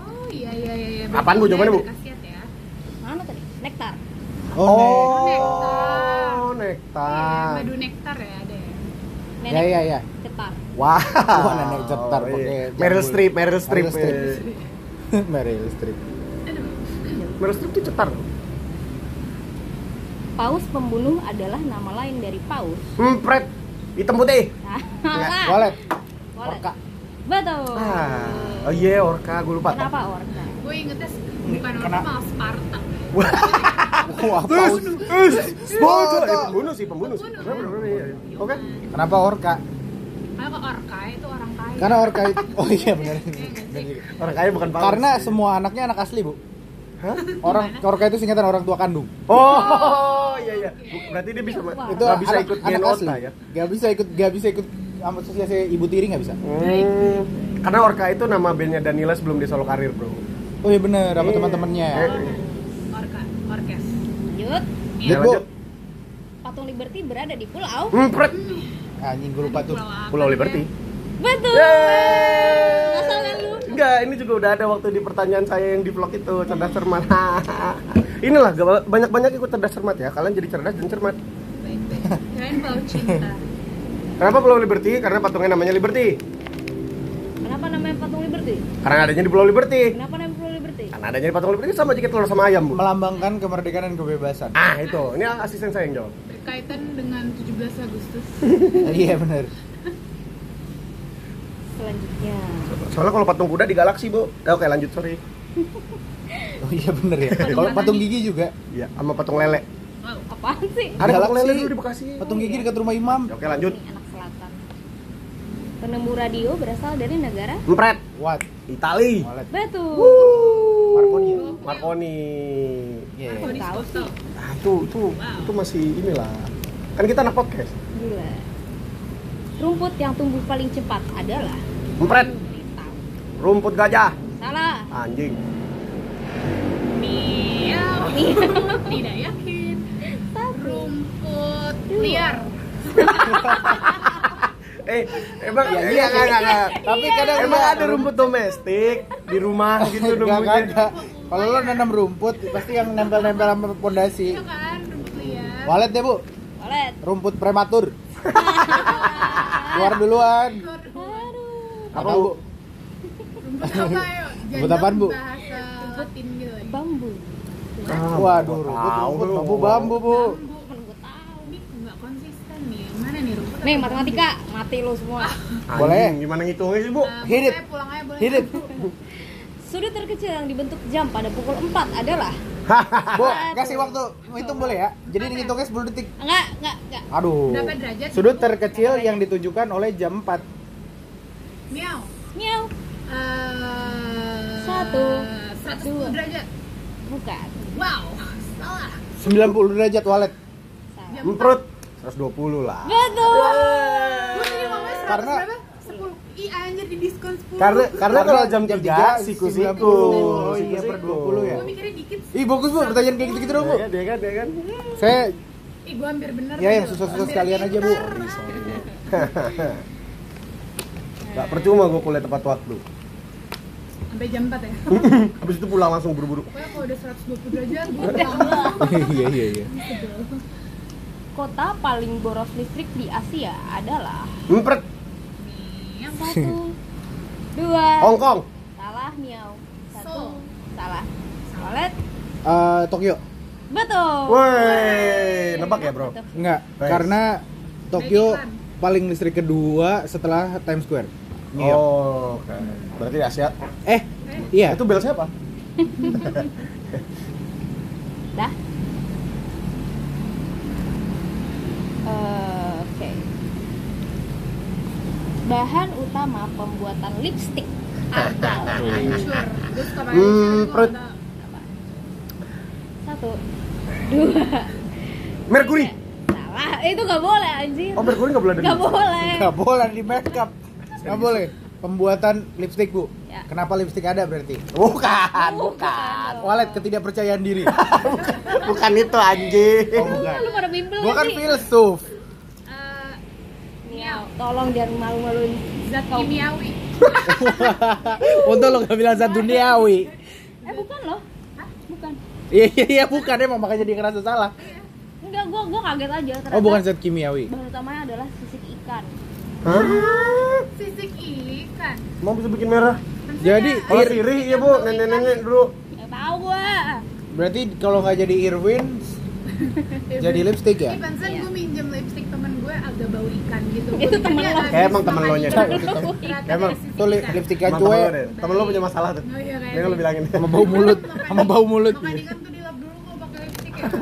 S3: Oh iya iya iya. iya.
S1: Apaan, Bu? Jawabannya, Bu?
S3: Berkhasiat ya.
S4: Mana tadi? Nektar.
S2: Oh,
S1: Oh,
S3: Iya,
S1: nektar.
S3: madu nektar ya ada ya.
S2: nek. Ya
S4: Nenek
S2: ya (laughs) ya.
S4: ketar.
S1: Wah,
S2: Wah, nenek cetar
S1: Iya.
S2: pakai
S1: Meryl
S2: jambul.
S1: Streep, Meryl Streep.
S2: Meryl Streep.
S1: Iya.
S2: Meryl Streep.
S1: Meryl Streep tuh cetar.
S4: Paus pembunuh adalah nama lain dari paus. (laughs)
S1: Empret, hitam putih.
S2: Iya,
S4: Hahaha.
S2: Walet.
S4: Walet.
S2: Orka.
S4: Betul.
S1: Ah, oh iya, orka, gue lupa.
S4: Kenapa orka?
S3: Gue ingetnya s- bukan
S2: Kena-
S3: orang malah Sparta.
S2: Wah, paus.
S1: Bodoh,
S2: Bodoh.
S1: eh, pembunuh sih, pembunuh. sih.
S3: Pembunuh.
S1: Bener, bener, bener, iya. Oke.
S2: Kenapa orka?
S3: Karena kalau orka itu orang kaya.
S2: Karena orka itu. Oh iya benar.
S3: Iya nggak sih?
S1: Orang kaya bukan paus.
S2: Karena semua anaknya anak asli, Bu.
S1: Hah?
S2: Orang orka itu singkatan orang tua kandung.
S1: Oh, (laughs) iya iya. Bu- Berarti dia bisa
S4: Wah.
S2: Itu
S1: nggak bisa
S2: anak-
S1: ikut
S2: anak
S1: gen
S2: asli.
S1: orka ya.
S2: Gak bisa ikut gak bisa ikut sama asosiasi ibu tiri gak bisa.
S1: Hmm, karena orka itu nama bandnya Danila sebelum dia solo karir, Bro.
S2: Oh iya bener, sama
S1: Iya.
S2: teman-temannya.
S1: Eh,
S3: Orka, orkes.
S4: Lanjut.
S1: Ya,
S2: Dit, Bu.
S1: lanjut.
S4: Patung Liberty berada di pulau.
S1: Empret.
S2: Anjing gue lupa tuh.
S3: apa
S1: Pulau
S3: ya?
S1: Liberty.
S4: Betul.
S1: Yeay.
S4: Nggak salah lu.
S1: Enggak, ini juga udah ada waktu di pertanyaan saya yang di vlog itu cerdas cermat. (laughs) Inilah gak- banyak-banyak ikut cerdas cermat ya. Kalian jadi cerdas dan cermat.
S3: Baik-baik. Kirain Pulau Cinta.
S1: Kenapa Pulau Liberty? Karena patungnya namanya Liberty.
S4: Kenapa namanya patung Liberty?
S1: Karena adanya di Pulau Liberty.
S4: Kenapa namanya Pulau Liberty?
S1: Karena adanya di patung Liberty sama aja kayak telur sama ayam, Bu.
S2: Melambangkan kemerdekaan dan kebebasan. (laughs)
S1: Ah, itu. Ini asisten saya yang jawab.
S3: (laughs) Berkaitan dengan 17 Agustus.
S2: Iya bener.
S4: Selanjutnya.
S1: Soalnya kalau patung kuda di galaksi, Bu. Ya, oke, lanjut, sorry.
S2: Oh iya bener ya.
S3: Patung
S2: Kalau
S3: mana
S2: patung
S3: nih?
S2: gigi juga.
S1: Iya, sama patung lele.
S3: Wow.
S4: Apaan sih?
S1: Ada patung
S2: Galaksi.
S1: lele dulu di Bekasi.
S2: Patung gigi dekat rumah Imam.
S1: Ya, Oke, lanjut.
S4: Ini anak selatan. Penemu radio berasal dari negara
S1: Empret,
S2: What?
S1: Itali.
S2: Walet.
S4: Betul.
S2: Marconi.
S1: Marconi.
S2: Iya.
S3: Aku
S2: iya.
S4: Tahu
S3: disposal.
S1: Ah, itu itu
S3: Wow.
S1: itu masih inilah. Kan kita anak podcast.
S4: Gila. Rumput yang tumbuh paling cepat adalah
S1: Empret,
S4: Tahu.
S1: rumput gajah.
S4: Salah.
S1: Anjing.
S3: Miau. Tidak yakin. Rumput liar.
S1: Eh, emang
S2: Iya,
S1: iya,
S2: iya,
S1: nggak, nggak, nggak.
S2: Tapi kadang
S1: Emang ada rumput domestik di rumah gitu
S2: Gak, gak,
S1: rumputnya.
S2: gak. Kalau lo nanam rumput, pasti yang nempel-nempel sama pondasi.
S3: Iya kan, rumput liar.
S2: Walet deh bu,
S4: Boleh.
S2: rumput
S3: (laughs)
S2: prematur. Keluar duluan.
S4: Aduh.
S1: Apa,
S2: Tahu,
S1: Bu?
S3: Rumput apa yuk?
S2: Rumput apaan, Bu?
S3: Bahasa Latin gitu lagi.
S4: Bambu.
S1: Ah,
S2: Waduh,
S1: nggak
S2: rumput,
S1: tahu,
S2: rumput,
S1: lu.
S2: bambu, bambu bu.
S3: Bambu.
S4: Mana gua tahu.
S3: kan Ini nggak konsisten nih. Mana nih rumput? Eh,
S4: Nih,
S3: apa
S4: matematika, mati lu semua.
S1: Anjing,
S2: Boleh.
S1: Gimana ngitungnya sih, Bu? (laughs)
S3: bambu? Eh,
S2: Hit it.
S3: pokoknya Pulang aja boleh.
S2: Hidup,
S4: Sudut terkecil yang dibentuk jam pada pukul 4 adalah
S2: bu, kasih waktu hitung boleh ya? Jadi dihitungnya 10 detik.
S4: Enggak, enggak, enggak.
S2: Aduh.
S3: Berapa derajat?
S2: Sudut terkecil yang ditunjukkan oleh jam 4
S3: Miau.
S4: Miau.
S3: Eh,
S4: Satu.
S3: 110 derajat.
S4: Bukan.
S3: Wow. Salah.
S2: 90 derajat walet.
S4: Salah.
S3: Jam
S1: Emprut 120 lah.
S4: Betul.
S3: Gue tadi ngomongnya 100
S2: Karena-
S3: berapa? 10. Ih, anjir di diskon 10.
S1: Karena karena
S2: Karena
S1: kalau jam
S2: jam
S1: 3
S2: tiga,
S1: siku-siku.
S2: 90. Oh, iya, per 20 ya.
S3: Gue mikirnya dikit. sih.
S2: Ih bagus bu, pertanyaan kayak gitu-gitu dong bu.
S1: Iya, dia kan, dia kan.
S2: Saya
S3: Ih, gue hampir bener.
S2: Ya, yang
S3: tadi loh.
S2: susah-susah
S3: Hampir
S2: sekalian aja, Bu.
S3: pinter.
S1: Gak percuma gue kuliah tepat waktu.
S3: Sampai jam 4 ya.
S1: Habis itu pulang langsung buru-buru.
S3: Pokoknya kalau udah 120 derajat, gue udah.
S2: (laughs) Iya iya iya.
S4: Kota paling boros listrik di Asia adalah
S1: Empret,
S3: Yang
S1: (laughs)
S4: satu, dua,
S1: Hong Kong.
S4: salah miau,
S3: Seoul.
S4: satu, salah, salah,
S2: Eh, Tokyo.
S4: betul.
S1: Woi, nebak ya, Bro?
S4: Betul.
S2: Enggak,
S1: Nice.
S2: karena Tokyo
S3: Dari
S2: paling listrik kedua setelah Times Square. New York.
S1: Oh, oke. Berarti Asia.
S2: Eh,
S1: Ya,
S2: iya.
S1: itu bel siapa?
S4: Dah. Eh, Oke. Bahan utama pembuatan lipstick
S1: (laughs)
S4: adalah
S3: hancur. Gue suka banget.
S1: Hmm,
S3: Gua
S1: perut.
S3: nggak tahu.
S4: satu, dua,
S1: Mercury.
S4: salah. Itu nggak boleh anjir.
S1: Oh, Mercury nggak boleh ada.
S4: Nggak
S1: di-
S4: boleh.
S2: Enggak boleh di makeup. Enggak boleh. Pembuatan lipstik, Bu.
S4: Ya.
S2: Kenapa lipstik ada berarti?
S1: Bukan,
S4: Bukan.
S1: bukan.
S2: Walet ketidakpercayaan diri.
S1: Bukan itu anjing.
S2: Oh,
S4: Ah, Lu
S2: bukan.
S4: pada bimbel
S2: Gua kan
S4: lagi.
S2: filsuf.
S3: Eh,
S4: Miau, Tolong jangan malu-maluin
S3: Zat
S4: Kau-
S3: kimiawi.
S2: Untung lo gak bilang zat duniawi.
S4: Eh bukan loh. Hah? Bukan.
S2: Iya iya iya bukan emang makanya dia ngerasa salah.
S4: Enggak, gua gua kaget aja ternyata.
S2: Oh bukan zat kimiawi.
S4: Bahan utamanya adalah sisik ikan.
S1: Hah?
S3: sisik ikan
S1: Mau bisa bikin merah?
S2: Jadi
S1: Kalau
S2: Ir-
S1: sirih ya bu, nenek-nenek dulu
S4: Nggak Ya, tahu gua.
S2: berarti kalau nggak jadi Irwin jadi lipstick ya?
S3: Ih, pantesan gue minjem lipstick temen gue agak bau ikan gitu
S4: Iya. Itu temen lo.
S1: Kayak emang temen lo nya. Emang,
S3: Emang
S2: Itu li- lipstick
S1: Teman
S2: cuek
S1: lo deh, temen lo punya masalah tuh
S3: Oh iya
S1: Dia kan lo
S3: kayak
S1: bilangin
S2: sama bau mulut, sama bau mulut.
S3: Makan ikan tuh dilap dulu kalau pakai lipstick ya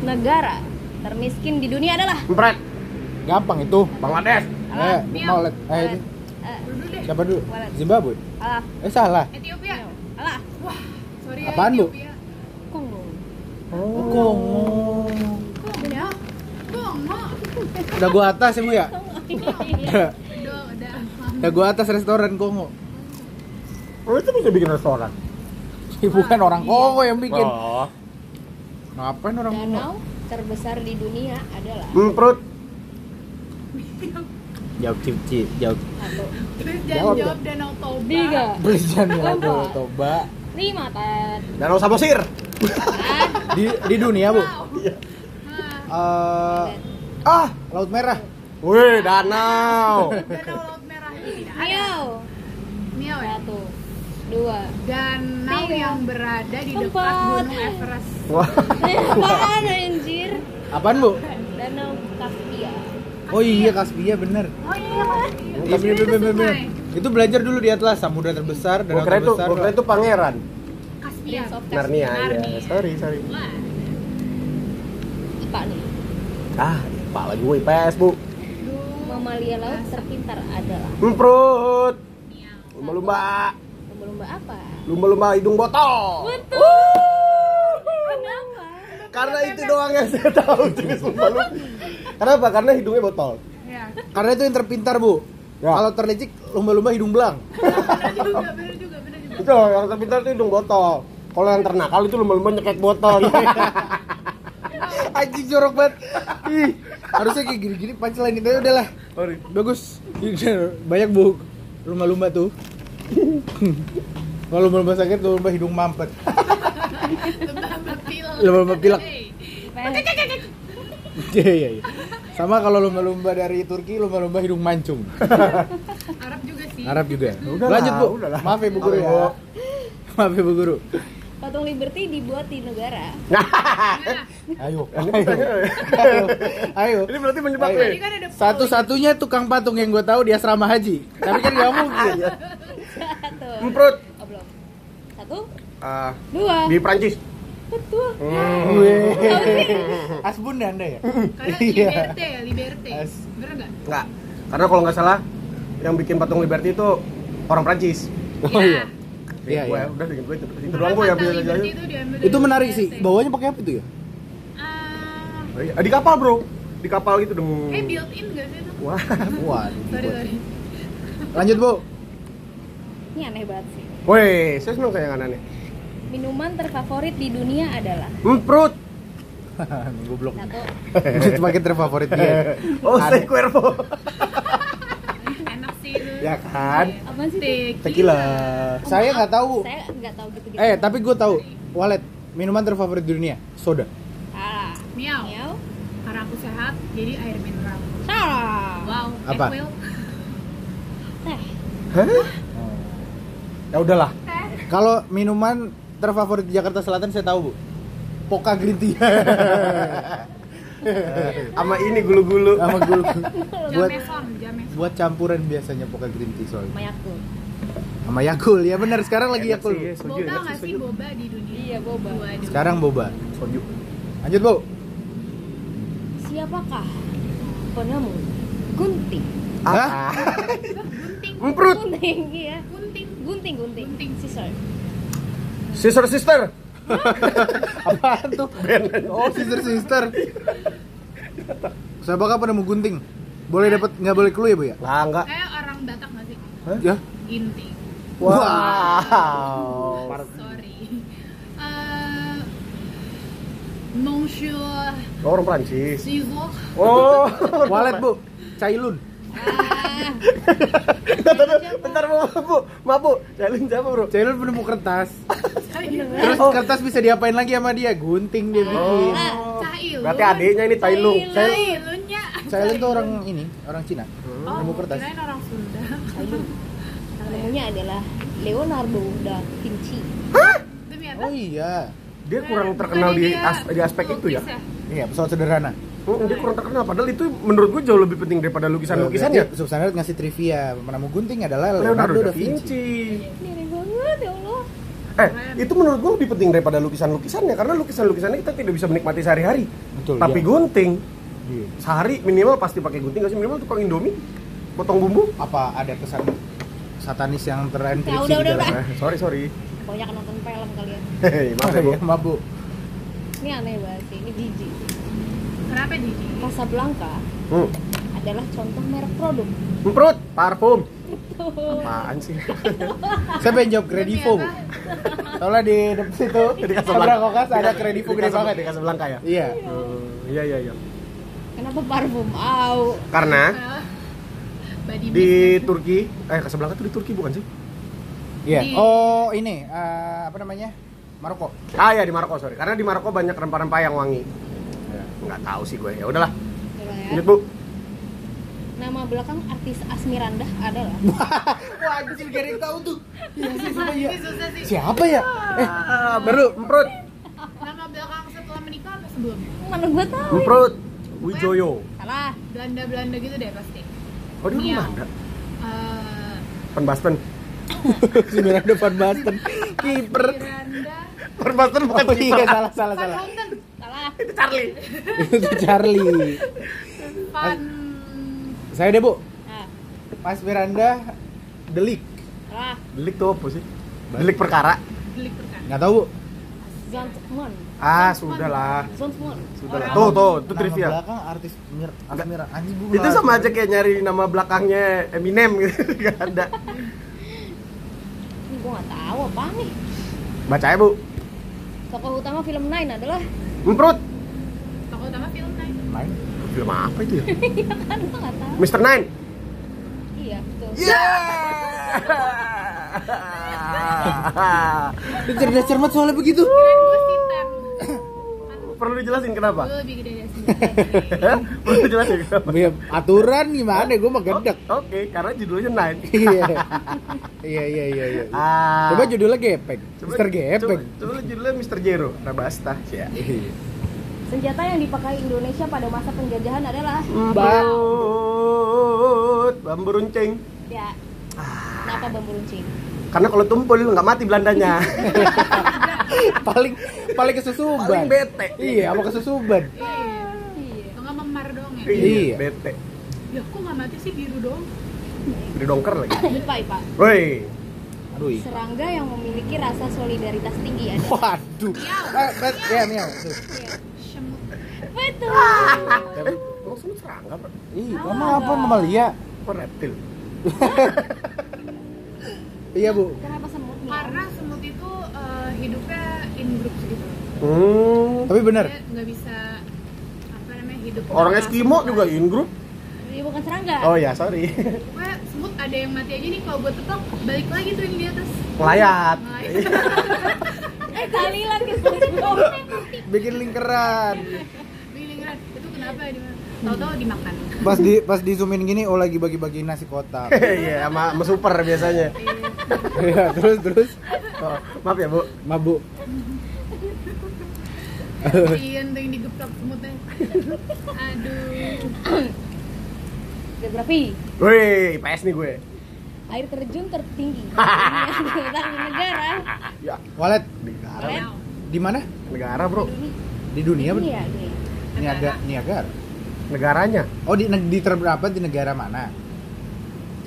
S4: Negara termiskin di dunia adalah
S1: Empret,
S2: Gampang itu.
S1: Bangladesh
S2: Eh, mau let- eh ini.
S4: Eh,
S3: Dulu deh
S2: siapa dulu?
S4: Walet.
S2: Zimbabwe.
S4: alah,
S2: Eh salah.
S3: Ethiopia
S4: alah,
S3: Wah sorry ya
S2: Apaan lu?
S3: Ethiopia.
S2: (laughs)
S4: Kongo.
S2: Oh. Kongo.
S3: Kongo Kongo
S2: Udah gua atas ibu ya? Udah,
S3: Udah udah
S2: (laughs) udah gua atas restoran Kongo. (laughs)
S1: Lo itu bisa bikin restoran?
S2: Ih, bukan kan orang Kongo yang bikin.
S1: Oh
S2: Ngapain orang Kongo?
S4: Danau terbesar di dunia adalah
S1: Emprut
S2: Jawab cip-cip, jawab.
S4: satu,
S3: Please
S2: Jawab
S3: jangan
S2: dong.
S3: jawab Danau Toba
S4: tiga,
S2: Please jangan ya, Bro, Toba.
S4: lima, tet.
S1: Danau Samosir
S2: Di di dunia, Bu.
S1: Iya.
S3: Nah,
S2: Eh, ah, Laut Merah.
S1: Wih, (laughs) danau
S3: Danau Laut Merah ini tidak ada
S4: Riau,
S3: Mio ya
S4: satu, dua. (laughs)
S3: Danau
S4: Tiga.
S3: yang berada di dekat
S4: Empat.
S3: Gunung Everest
S1: Wah,
S4: Eh, Apaan anjir?
S2: Apaan, Bu?
S4: Danau Kaspia.
S2: Oh iya, Kaspia bener.
S3: Oh iya kan?
S2: Iya, bener, bener, bener, bener. Itu belajar dulu di Atlas, samudra terbesar,
S1: gua
S2: danau
S1: kira itu,
S2: terbesar.
S1: gua kira itu pangeran
S3: Kaspia
S4: Prince of Kaspia.
S1: Narnia, ya, sorry, sorry
S3: Wah,
S4: IPA nih.
S1: Ah, IPA lagi gue IPS, Bu
S3: aduh
S4: Mamalia laut terpintar adalah
S1: Emprut Lumba-lumba
S4: lumba-lumba apa?
S1: Lumba-lumba hidung botol
S4: Betul. Kenapa?
S1: Karena
S2: iya,
S1: itu doang yang saya tahu (laughs) jenis lumba-lumba Kenapa? Karena hidungnya botol
S3: Ya,
S2: Karena itu yang terpintar, Bu.
S1: Ya.
S2: Kalau terlecik, lumba-lumba hidung belang.
S3: bener juga, bener juga, bener juga
S1: Itu yang terpintar itu hidung botol. Kalau yang ternakal itu lumba-lumba nyekek botol.
S2: Anjing jorok banget. Ih, harusnya kayak gini-gini punchline itu udah lah. Bagus. Banyak bu lumba-lumba tuh. Kalau lumba-lumba sakit, lumba-lumba hidung mampet.
S3: Lumba-lumba
S2: Iya,
S3: pilek
S2: Lumba-lumba pilek.
S3: Hey,
S2: Iya, iya, iya. Sama kalau lumba-lumba dari Turki, lumba-lumba hidung mancung.
S3: Arab juga sih
S2: Arab juga. ya?
S1: Udah lah,
S2: Lanjut, Bu.
S1: udah lah.
S2: Maaf ya, Bu Guru
S1: Maaf ya, Bu.
S2: ya. (laughs) Maaf ya, Bu Guru.
S4: Patung Liberty dibuat di negara.
S3: Nah,
S2: Eh, Ayo, ayo. (laughs) Ayo. Ayo.
S1: (laughs) Ini berarti menyebab
S2: Ayo.
S1: nih.
S3: Tadi kan ada
S2: Satu-satunya tukang patung yang gue tahu di asrama haji. Tapi kan gak mungkin.
S4: Satu.
S1: Emprut
S4: Oh, belum. Satu,
S1: Ah,
S4: dua.
S1: di Prancis.
S4: Betul.
S2: Weh. Asbun deh Anda ya?
S3: Karena
S2: Iya.
S3: liberte ya, liberte
S2: As-
S3: Bener nggak?
S1: Enggak. Karena kalau nggak salah yang bikin patung Liberty itu orang Prancis.
S2: Oh iya. Iya,
S1: Ya,
S2: iya.
S1: udah bikin gue itu. Itu
S3: Karena
S1: doang gue yang
S3: kata
S1: bisa
S3: liberty
S1: jelasin.
S3: Nah, itu diambil dari
S2: Itu menarik sih.
S3: Liberte.
S2: Bawahnya pakai apa tuh ya?
S3: Ah,
S1: Oh, iya. Di kapal, Bro. Di kapal itu dong.
S3: Eh, built in nggak sih itu?
S1: Wah.
S2: (laughs)
S3: Sorry,
S2: Waduh.
S3: sorry
S2: Lanjut, Bu.
S4: Ini aneh banget sih.
S1: Woi, saya seneng kayak yang aneh.
S4: Minuman terfavorit di dunia adalah
S1: (laughs) Emprut.
S2: Goblok.
S4: satu.
S2: Itu makin terfavorit dia.
S1: (laughs) Oh, saya Cuervo.
S3: Enak sih itu
S1: ya kan?
S4: Apa sih? itu?
S3: Tequila.
S1: Tequila.
S2: Saya nggak tahu.
S4: Saya nggak tahu gitu-gitu.
S2: Eh, tapi gue tahu. Walet, minuman terfavorit di dunia, soda.
S4: Ah,
S3: Miau
S4: miau.
S3: Karena aku sehat, jadi air mineral
S4: Salah.
S3: Wow,
S2: Apa?
S3: Equil.
S4: Teh.
S1: Hah? Ya udahlah.
S3: Teh
S2: Kalau minuman terfavorit di Jakarta Selatan saya tahu, Bu. Poka Green Tea
S1: Sama ini gulu-gulu.
S2: sama
S1: (laughs)
S2: gulu. buat
S3: Jameson, Jameson
S2: buat campuran biasanya Poka Green Tea soalnya.
S4: Mayaku.
S2: Sama Yakul, ya benar sekarang
S1: Enak sih,
S2: lagi Yakul.
S1: ya, soju,
S3: Boba
S1: enak
S3: nggak
S1: sih,
S3: sih
S1: soju.
S3: boba di dunia?
S4: Iya, boba.
S3: Waduh.
S2: Sekarang boba.
S1: Soju.
S2: Lanjut,
S1: (laughs)
S2: Bu.
S4: Siapakah penemu gunting?
S1: Ah.
S2: Hah?
S3: Gunting,
S1: Emprut.
S4: Gunting iya.
S3: gunting.
S4: Gunting, gunting.
S3: Gunting.
S4: Scissor.
S1: Sister sister.
S2: Apaan tuh? Oh, sister sister. Saya bakal penemu gunting. Boleh dapat nggak boleh clue ya, Bu ya?
S1: Lah enggak.
S3: Kayak orang Batak nggak sih?
S2: Ya.
S3: Ginting.
S1: Wow.
S3: Sorry. Eh, Monsieur
S1: Orang Prancis.
S3: Suzo.
S1: Oh. (laughs)
S2: Walet, Bu. Cailun.
S4: Ah,
S1: Bentar, bentar, bentar, Bu, Bu. Maaf, Bu. Challenge apa, Bro?
S2: Cahil penemu kertas.
S4: bener.
S2: Terus
S1: Oh.
S2: kertas bisa diapain lagi sama dia? Gunting dia bikin.
S1: Oh.
S3: Cahil.
S1: Berarti adiknya ini Tai Lung.
S4: Cahil.
S3: Cailunya.
S2: Cahil itu orang ini, orang Cina.
S1: Hmm.
S3: Oh,
S2: Nemu kertas.
S3: kirain orang Sunda. (laughs)
S4: namanya adalah Leonardo da Vinci.
S3: Demi apa?
S2: Oh iya.
S1: Dia kurang
S3: Bukannya
S1: terkenal di
S3: dia
S1: as- di aspek itu ya.
S3: lukis
S2: Iya, pesawat sederhana.
S1: Hmm, dia kurang terkenal padahal itu menurut gue jauh lebih penting daripada lukisan-lukisannya.
S2: Berarti Substandard Iya, ngasih trivia, penemu gunting adalah
S1: ya? Leonardo da Vinci.
S4: Ngeri banget ya Allah.
S1: Eh, itu menurut gue lebih penting daripada lukisan-lukisannya karena lukisan-lukisannya kita tidak bisa menikmati sehari-hari.
S2: Betul,
S1: Tapi
S2: iya.
S1: gunting
S2: Iya.
S1: sehari minimal pasti pakai gunting gak sih minimal tukang Indomie potong bumbu.
S2: Apa ada kesan satanis yang
S4: Ya,
S2: terinfeksi
S4: udah,
S2: di
S4: udah,
S2: dalamnya?
S1: Eh, (laughs) sorry sorry.
S4: Banyak nonton film kali ya.
S1: Hei, maaf ya, Bu.
S2: Iya, maaf
S4: (laughs)
S2: bu.
S4: Ini aneh banget sih, ini jijik.
S3: Kenapa Didi?
S1: Oh.
S4: Casablanca
S1: Hmm.
S4: adalah contoh merek produk.
S1: Perut, parfum. Apaan sih?
S2: Saya pengen jawab kredivo bu. Soalnya di depan
S1: (laughs)
S2: situ, di seberang kokas ada kredivo gede banget.
S1: di Casablanca ya.
S2: Iya.
S1: Hmm, iya iya iya.
S4: Kenapa parfum? Au.
S1: Karena
S3: Eh, Body
S1: di Turki, eh Casablanca tuh di Turki bukan sih?
S2: Iya.
S3: Di-
S2: Oh ini eh, apa namanya? Maroko.
S1: Ah ya di Maroko sorry. Karena di Maroko banyak rempah-rempah yang wangi. Nggak tahu sih gue. Ya udahlah.
S4: Coba ya.
S1: Lanjut bu.
S4: Nama belakang artis Asmirandah adalah
S2: Wah, anjir gak tahu tuh.
S1: Iya,
S3: business. Ini
S2: Iya.
S3: susah sih.
S2: Siapa ya? Eh, (laughs)
S1: Baru Emprut.
S3: Nama belakang setelah menikah apa sebelum?
S4: mana gue tahu.
S1: Emprut. Wijoyo.
S4: Salah.
S3: Belanda-Belanda gitu deh pasti.
S1: Oh di rumah
S3: Miau.
S1: ada.
S3: Eh,
S1: Van Basten.
S2: sembilan depan Boston. Kiper.
S3: Miranda.
S1: Van Basten bukan
S2: Oh
S1: kiper.
S2: iya, salah salah
S3: Van
S2: salah.
S3: Houten.
S4: Salah.
S1: Itu Charlie.
S2: (laughs) Itu Charlie.
S3: Van.
S2: Saya deh bu.
S4: Nah,
S2: Mas Miranda delik.
S4: salah.
S1: Delik tuh apa sih? Delik perkara.
S3: Delik perkara.
S2: Nggak tahu bu.
S4: Zandman.
S1: Ah sudahlah.
S4: Zandman.
S1: Sudahlah.
S3: Orang-
S1: Tuh tuh itu
S2: Nama
S1: trivia.
S2: belakang artis Mir Asmira anjing bu.
S1: Itu sama aja kayak nyari nama belakangnya Eminem gitu. (laughs) Gak ada.
S4: Ini gue nggak tahu apa nih.
S1: Baca ya bu.
S4: Tokoh utama film Nine adalah
S1: Emprut.
S3: Tokoh utama film Nine.
S2: Main.
S1: Film apa itu ya?
S4: kan gue nggak tahu.
S1: Mr. Nine.
S4: Iya betul.
S1: Yeah!
S2: Itu cerdas cermat soalnya begitu.
S4: Iya.
S3: Kirain gue Sitan.
S1: (laughs) Perlu dijelasin
S3: Kan
S1: kenapa?
S3: Gue lebih gede dari Sitan.
S1: Hah? Perlu dijelasin kenapa?
S2: Ya, aturan gimana? Gue mah gedek.
S1: Oke, karena judulnya Nine.
S2: Iya. Iya iya iya. iya.
S1: Ah.
S2: Coba judulnya gepeng.
S1: Coba-
S2: Mister gepeng.
S1: Coba, coba judulnya Mr. Jero, Rabasta. Ya.
S2: Iya.
S4: Senjata yang dipakai Indonesia pada masa penjajahan adalah
S1: Hmm. Mbut, bambu runcing.
S4: ya. Kenapa bambu runcing?
S1: Karena kalau tumpul nggak mati Belandanya.
S2: Paling paling kesusuban.
S1: Paling bete.
S2: Iya, sama kesusuban.
S3: Iya.
S4: Iya.
S3: Lo nggak memar dong ya?
S2: Iya.
S1: Bete.
S3: Ya kok nggak mati sih biru dong?
S1: Dari dongker lagi.
S4: Ipa Ipa.
S1: Woi,
S2: Aduh. iya.
S4: Serangga yang memiliki rasa solidaritas tinggi adalah
S2: Waduh. Eh, bet, ya, miau. Tuh.
S3: Semut.
S4: betul. Ah.
S2: Tapi,
S1: emang semut Eh, serangga Pak?
S2: Ih, mama apa mamalia?
S1: Kok reptil?
S2: Iya, Bu.
S4: Kenapa semut? Mia?
S3: Karena semut itu eh, hidupnya in group gitu.
S1: Hmm.
S2: Tapi bener.
S3: Dia nggak bisa apa namanya hidup.
S1: Orang
S3: tanpa
S1: Eskimo
S3: semut.
S1: juga iya. in group.
S4: Dia Iya, bukan serangga.
S1: Oh ya, sorry. (laughs)
S3: Pokoknya semut ada yang mati aja nih kalau gue tetap balik lagi tuh yang di atas. Nah, kan
S1: Melayat. (laughs)
S3: (laughs) Melayat.
S4: Eh kali lagi semut.
S2: Bikin lingkaran.
S3: Biliran. Itu kenapa ya? di mana? Tahu-tahu dimakan.
S2: Pas di pas di zoom in gini, oh lagi bagi-bagi nasi kotak.
S1: Iya, sama sama super biasanya.
S2: (laughs) Iya, terus terus.
S1: Oh, maaf ya, Bu.
S2: Mabuk.
S3: Iya, tuh yang digeprok semutnya. Aduh.
S4: Geografi.
S1: Woi, PS nih gue.
S4: Air terjun tertinggi yang ditemukan di negara.
S1: Ya,
S2: Walet
S1: negara.
S4: Walet.
S2: di mana?
S1: Negara, Bro.
S2: Di dunia Iya,
S4: Ini
S2: bener.
S4: ya, ini.
S2: Niaga, Niagara.
S1: Negaranya.
S2: Oh, di, di terberapa di negara mana?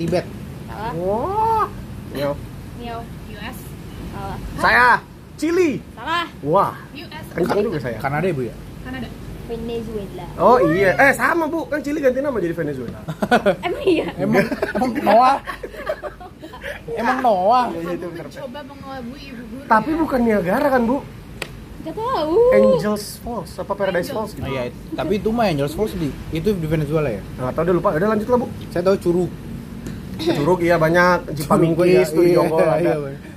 S2: Tibet.
S4: Salah.
S1: Wah. Yo.
S4: Miau.
S3: US.
S4: Salah.
S1: Saya Chili.
S4: Salah.
S1: Wah,
S3: US.
S1: kencang juga saya.
S2: Kanada ya, Bu ya?
S3: Kanada.
S4: Venezuela.
S1: Oh iya, eh sama Bu, kan Chili ganti nama jadi Venezuela.
S4: Emang iya.
S2: Emang (laughs) emang Noah. Emang Noah.
S1: Iya, iya, itu bener.
S3: Kamu mencoba mengelabui ibu guru.
S1: Tapi
S3: ya?
S1: bukan Niagara kan Bu?
S4: Gak tahu.
S1: Angels Falls apa Paradise Falls gitu.
S2: Oh iya, tapi itu mah Angels Falls di itu di Venezuela ya.
S1: Nggak tahu udah lupa. Udah lanjut lah, Bu.
S2: Saya tahu Curug.
S1: Curug iya banyak,
S2: Curug,
S1: Cipamingkis tuh di
S2: iya,
S1: Jonggol ada.
S2: iya,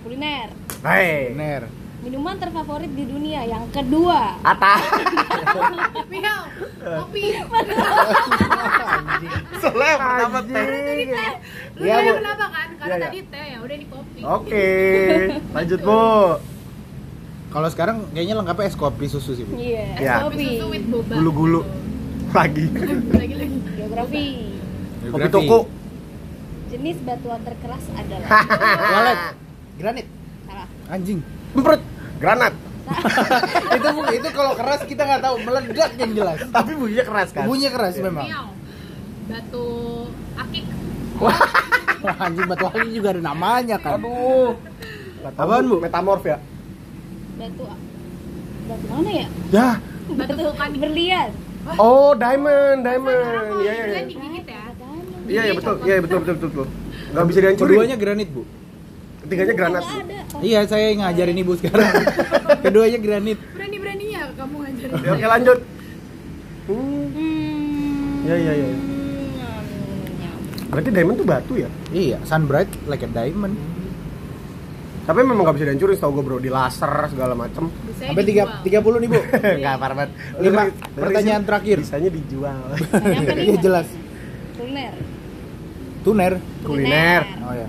S4: Kuliner.
S1: Hei.
S2: Bener.
S4: Minuman terfavorit di dunia yang kedua.
S1: Ata.
S3: Miau,
S1: (laughs)
S3: kopi.
S2: Anjing.
S1: Soalnya yang pertama teh.
S3: Lu
S1: Iya,
S3: tanya
S1: Bu.
S3: kenapa kan?
S1: Iya,
S3: Karena
S1: Oh, iya.
S3: tadi teh ya udah di kopi.
S1: Oke, lanjut Bu.
S2: (laughs) Kalau sekarang kayaknya lengkapnya es kopi susu sih. Bu.
S4: Iya, es
S1: Iya.
S3: Kopi
S4: kopi.
S3: susu with boba.
S1: Gulu-gulu lagi.
S3: Lagi-lagi.
S4: Geografi.
S1: Kopi toko.
S4: Jenis batuan terkeras adalah
S1: (laughs)
S2: Walet. Granit.
S4: salah.
S2: Anjing.
S1: Emprut. Granat.
S2: itu bu- itu kalau keras kita nggak tahu meledak yang jelas.
S1: Tapi bunyinya keras kan?
S2: Bunyinya keras Iya. memang.
S3: Miau. Batu akik.
S2: Wah, anjing batu anjing juga ada namanya kan.
S1: Aduh.
S2: Apaan, Bu?
S1: Metamorf ya?
S4: Batu Batu mana ya?
S1: Ya.
S3: Batu vulkanik.
S4: berlian.
S1: Oh, diamond,
S3: Karena
S1: diamond.
S3: kalau
S1: Iya, iya.
S3: dibilang
S1: iya.
S3: digigit ya.
S4: Ada.
S1: Iya, iya betul. Iya, betul, betul, betul, betul. Gak bisa dihancurin.
S2: Keduanya granit bu.
S1: ketiganya granat.
S4: Nggak ada. Oh,
S2: Iya saya ngajarin ibu sekarang. Keduanya granit.
S3: Berani-beraninya kamu ngajarin.
S1: Ya, Oke, lanjut. Hmm.
S4: Hmm.
S1: Iya, iya, iya. Berarti diamond tuh batu ya?
S2: Iya, sunbright like a diamond.
S1: Tapi memang gak bisa dihancurin setahu gue bro, di laser segala macem
S3: Bisa
S2: Sampai tiga tiga puluh (laughs) nih bu.
S1: Enggak, parah banget
S2: Lima, pertanyaan terakhir.
S1: Bisanya dijual
S2: Iya
S4: Yang kelima,
S2: jelas.
S4: Kuliner.
S2: Tuner.
S1: Kuliner.
S2: Oh ya.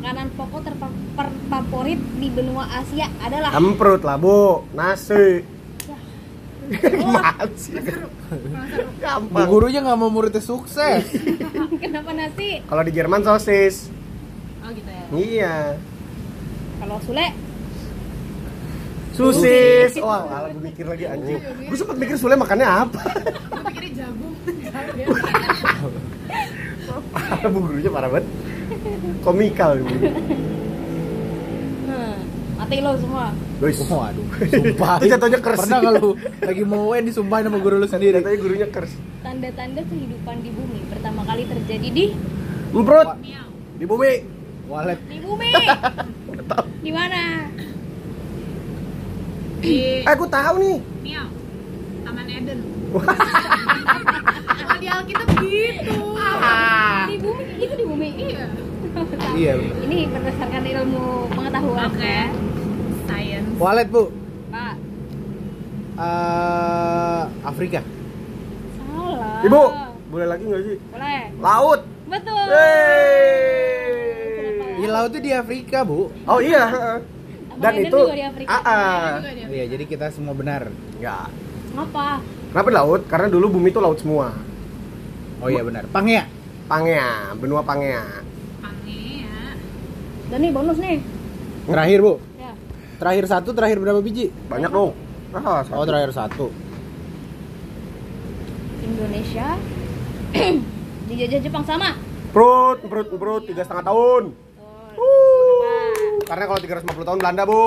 S4: Makanan pokok terfavorit di benua Asia adalah
S1: Amprut lah bu, nasi Gimana sih?
S2: Bu
S1: Gampang
S2: gurunya nggak mau muridnya sukses.
S4: (laughs) kenapa nasi?
S1: Kalau di Jerman sosis
S3: Oh gitu ya.
S1: Iya
S4: Kalau Sule
S1: Susis Wah, malah gue mikir lagi anjing Gue sempet mikir Sule makannya apa
S3: Gue pikirnya jagung.
S1: Bu gurunya parah banget Komikal Bu.
S4: hmm, mati lo semua.
S1: Guys
S2: (laughs) Waduh, sumpah.
S1: Itu jatuhnya keras.
S2: Pernah kalau lagi mau UN disumpahin sama guru lu sendiri.
S1: Katanya gurunya kers
S4: Tanda-tanda kehidupan di bumi pertama kali terjadi di
S1: Amprut
S3: (laughs) Miau.
S1: Di bumi
S2: Walet.
S4: di bumi. di mana?
S3: Di
S1: Eh, gue tahu nih
S3: Miau. Taman Eden. Kalau di Alkitab gitu.
S1: Ah.
S4: Di bumi itu di bumi.
S3: Iya.
S2: Iya.
S4: Ini berdasarkan ilmu pengetahuan.
S3: Oke. Science.
S2: Walet bu.
S4: Pak.
S2: Eh, Afrika.
S4: Salah.
S1: Ibu, boleh lagi gak sih?
S4: Boleh.
S1: Laut
S4: Betul.
S1: Yeay.
S2: Ya laut itu di Afrika bu.
S1: Oh iya. heeh.
S4: Taman
S1: Dan
S4: Eden
S1: itu
S4: juga di Afrika.
S1: ah
S3: Juga dia.
S2: Iya, jadi kita semua benar.
S1: ya.
S4: Apa?
S1: Kenapa di laut? Karena dulu bumi itu laut semua.
S2: Oh iya benar. Pangea.
S1: Pangea, benua Pangea.
S3: Pange ya.
S4: Dan nih bonus nih.
S2: Terakhir bu.
S4: Ya.
S2: Terakhir satu, terakhir berapa biji?
S1: Banyak dong. Ah,
S2: Oh
S1: satu.
S2: terakhir satu.
S4: Indonesia dijajah Jepang sama.
S1: Perut, perut, perut tiga setengah tahun. Karena kalau 350 tahun Belanda, Bu. (laughs)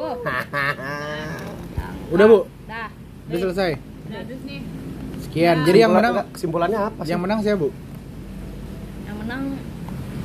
S4: Aduh.
S2: Udah bu.
S1: Ah,
S4: Dah.
S2: Udah selesai.
S3: Nah, terus nih.
S2: Sekian. Jadi yang
S1: Kesimpulan-
S2: menang,
S1: kesimpulannya apa sih?
S2: yang menang siapa bu?
S4: Yang menang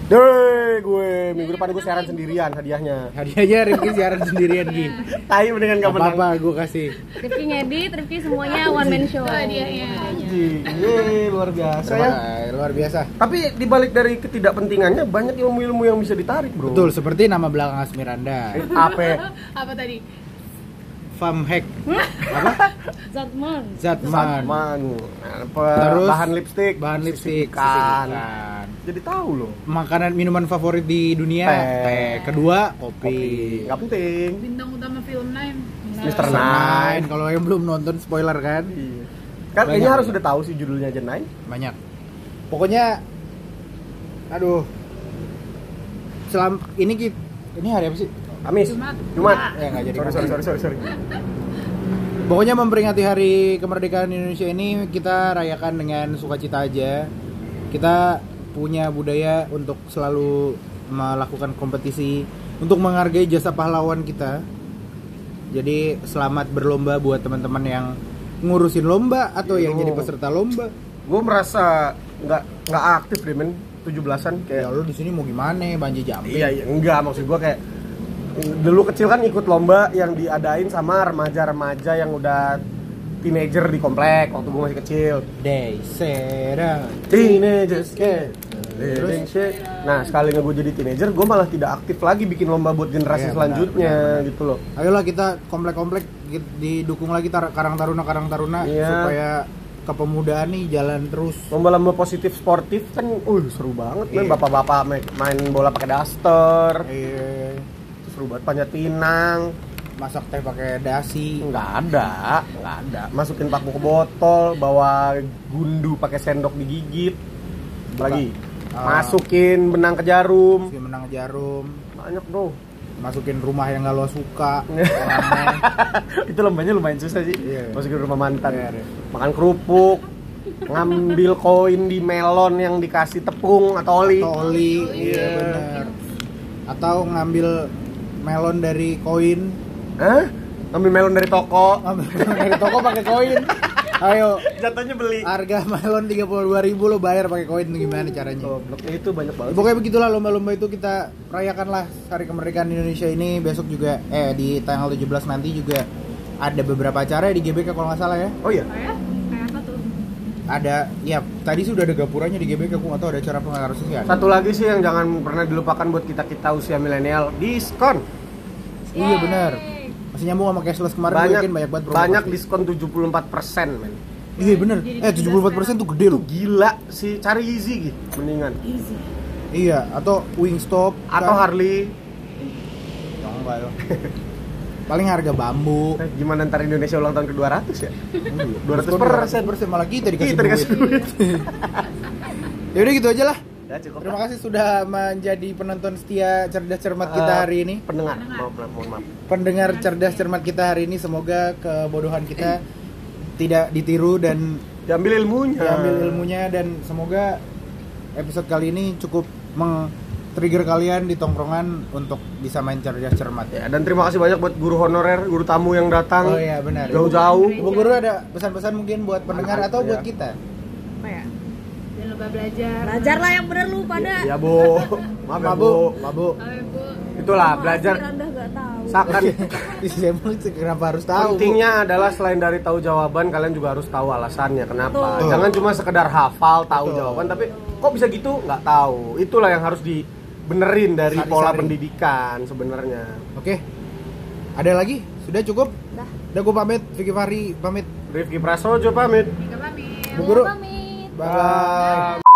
S1: Deh, gue minggu depan gue siaran sendirian hadiahnya.
S2: Hadiahnya Rifki siaran sendirian
S1: (laughs)
S2: gini.
S1: Tai mendingan gak
S2: Gak
S1: menang.
S2: apa-apa, gue kasih.
S4: Rifki ngedit, Rifki semuanya one man show.
S3: Itu iya. hadiahnya.
S1: Anjing, yeay, luar biasa ya.
S2: Terima- luar biasa.
S1: Tapi dibalik dari ketidakpentingannya banyak ilmu-ilmu yang bisa ditarik, Bro.
S2: Betul, seperti nama belakang Asmiranda.
S1: Apa?
S3: Apa tadi?
S2: Famhack,
S1: (laughs)
S4: Zatman.
S2: Zatman.
S1: Satman. Apa
S2: Terus,
S1: bahan lipstik?
S2: Bahan lipstik,
S1: Sisik
S2: sisik
S1: ikan.
S2: ikan.
S1: Jadi tahu loh.
S2: Makanan minuman favorit di dunia.
S1: Teh.
S2: Kedua,
S1: Kopi.
S2: kopi.
S1: Nggak penting.
S3: Bintang utama film Nine.
S1: Mister
S2: Mr. Nine.
S1: Nine.
S2: Kalau yang belum nonton spoiler kan,
S1: Iya. Kan
S2: Banyak. ya.
S1: kayaknya harus udah tahu sih judulnya aja Nine.
S2: banyak. Pokoknya aduh. Selam ini kita ini hari apa sih?
S1: Kamis.
S3: Jumat.
S1: Jumat.
S2: Ya nggak jadi.
S1: Sorry, sorry, sorry, sorry, sorry.
S2: Pokoknya memperingati hari kemerdekaan Indonesia ini kita rayakan dengan sukacita aja. Kita punya budaya untuk selalu melakukan kompetisi untuk menghargai jasa pahlawan kita. Jadi selamat berlomba buat teman-teman yang ngurusin lomba atau yang
S1: Yo.
S2: jadi peserta lomba.
S1: Gue merasa nggak nggak aktif deh men 17-an kayak
S2: Ya lu di sini mau gimana? Banji jumping.
S1: Iya, iya, enggak maksud gua kayak dulu kecil kan ikut lomba yang diadain sama remaja-remaja yang udah teenager di komplek waktu gue masih kecil.
S2: They said uh,
S1: Teenagers can living shit. Nah, sekalinya gue jadi teenager, gue malah tidak aktif lagi bikin lomba buat generasi
S2: Iya, benar,
S1: selanjutnya
S2: benar, benar.
S1: gitu loh.
S2: Ayolah kita komplek-komplek git- didukung lagi tar- Karang Taruna Karang Taruna
S1: Iya.
S2: supaya kepemudaan nih jalan terus.
S1: Lomba-lomba positif sportif kan uh seru banget men
S2: Iya.
S1: bapak-bapak main- main bola pakai daster,
S2: Eh,
S1: terus seru banget panjat pinang.
S2: masak teh pakai dasi.
S1: Nggak ada, nggak ada. Masukin paku ke botol, bawa gundu pakai sendok digigit. Lagi
S2: Ah.
S1: masukin benang ke jarum.
S2: Masukin menang jarum,
S1: Banyak bro.
S2: masukin rumah yang gak lo suka.
S1: (laughs) Itu lombanya lumayan susah sih.
S2: Iya.
S1: Masukin rumah mantan.
S2: Iya, iya.
S1: Makan kerupuk, ngambil koin di melon yang dikasih tepung atau oli.
S2: atau oli, iya
S1: Iya.
S2: benar. Atau ngambil melon dari koin,
S1: Hah? Ngambil melon dari toko.
S2: ngambil melon dari toko pakai koin. Ayo,
S1: Jatuhnya beli.
S2: harga melon 32.000 lo bayar pakai koin gimana caranya?
S1: Goblok, Nah, itu banyak banget.
S2: Pokoknya begitulah lomba-lomba itu kita rayakanlah hari kemerdekaan Indonesia ini besok juga eh di tanggal 17 nanti juga ada beberapa acara ya di GBK kalau nggak salah ya.
S1: Oh iya.
S3: Oh ya? Kayak apa tuh?
S2: Ada ya tadi sudah ada gapuranya di GBK aku atau ada acara pengarusnya sih ada.
S1: Satu lagi sih yang jangan pernah dilupakan buat kita-kita usia milenial, diskon.
S2: Iya benar. Masih nyambung sama cashless kemarin gue yakin banyak banget promo
S1: banyak
S2: pasti.
S1: diskon 74% men.
S2: Iya bener. Eh 74% tuh gede
S1: Itu
S2: loh.
S1: gila sih, cari Yeezy gitu mendingan.
S3: Easy.
S2: Iya, atau Wingstop
S1: Atau
S2: kan.
S1: Harley,
S2: Ya, enggak, ya. Paling harga
S1: (laughs)
S2: bambu. Iya,
S1: Eh, gimana ntar Indonesia ulang tahun ke-200 ya?
S2: Diskon
S1: 200%.
S2: 200% malah kita dikasih
S1: Kita dikasih
S2: duit. (laughs)
S1: duit.
S2: Yaudah gitu aja lah.
S1: Ya cukup.
S2: Terima kasih sudah menjadi penonton setia cerdas cermat kita
S1: Eh,
S2: hari ini.
S1: Pendengar,
S3: Pendengar.
S1: maaf, maaf, mohon maaf.
S2: Pendengar cerdas cermat kita hari ini semoga kebodohan kita
S1: Eh.
S2: tidak ditiru dan
S1: Diambil ilmunya.
S2: diambil ilmunya dan semoga episode kali ini cukup meng-trigger kalian di tongkrongan untuk bisa main cerdas cermat.
S1: Ya, dan terima kasih banyak buat guru honorer, guru tamu yang datang.
S2: Oh iya benar.
S1: Jauh-jauh.
S2: Ibu guru ada pesan-pesan mungkin buat pendengar atau
S1: Iya.
S2: buat kita?
S3: Apa ya? Jangan lupa belajar.
S4: Belajarlah yang bener lu pada.
S1: Ya,
S2: (laughs)
S1: Bu. Maaf ya, Bu.
S2: Mabuk, mabuk.
S3: Oh, ya, Bu.
S1: Itulah belajar
S4: Anda nggak tahu.
S2: (laughs)
S1: seakan
S2: Iya, emang sih, kenapa harus tahu? Bu?
S1: Pentingnya adalah selain dari tahu jawaban, kalian juga harus tahu alasannya kenapa.
S2: Betul.
S1: Jangan cuma sekedar hafal tahu
S2: Betul.
S1: jawaban, tapi kok bisa gitu nggak tahu. Itulah yang harus dibenerin dari
S2: Sari-sari.
S1: pola pendidikan sebenarnya.
S2: Oke. Ada lagi? Sudah cukup?
S4: Dah.
S2: Udah gue pamit, Vicky Fahri pamit.
S1: Rifki Prasojo pamit.
S3: Ika pamit.
S2: Bu Guru.
S4: Pamit.
S2: Bye.
S1: Bye.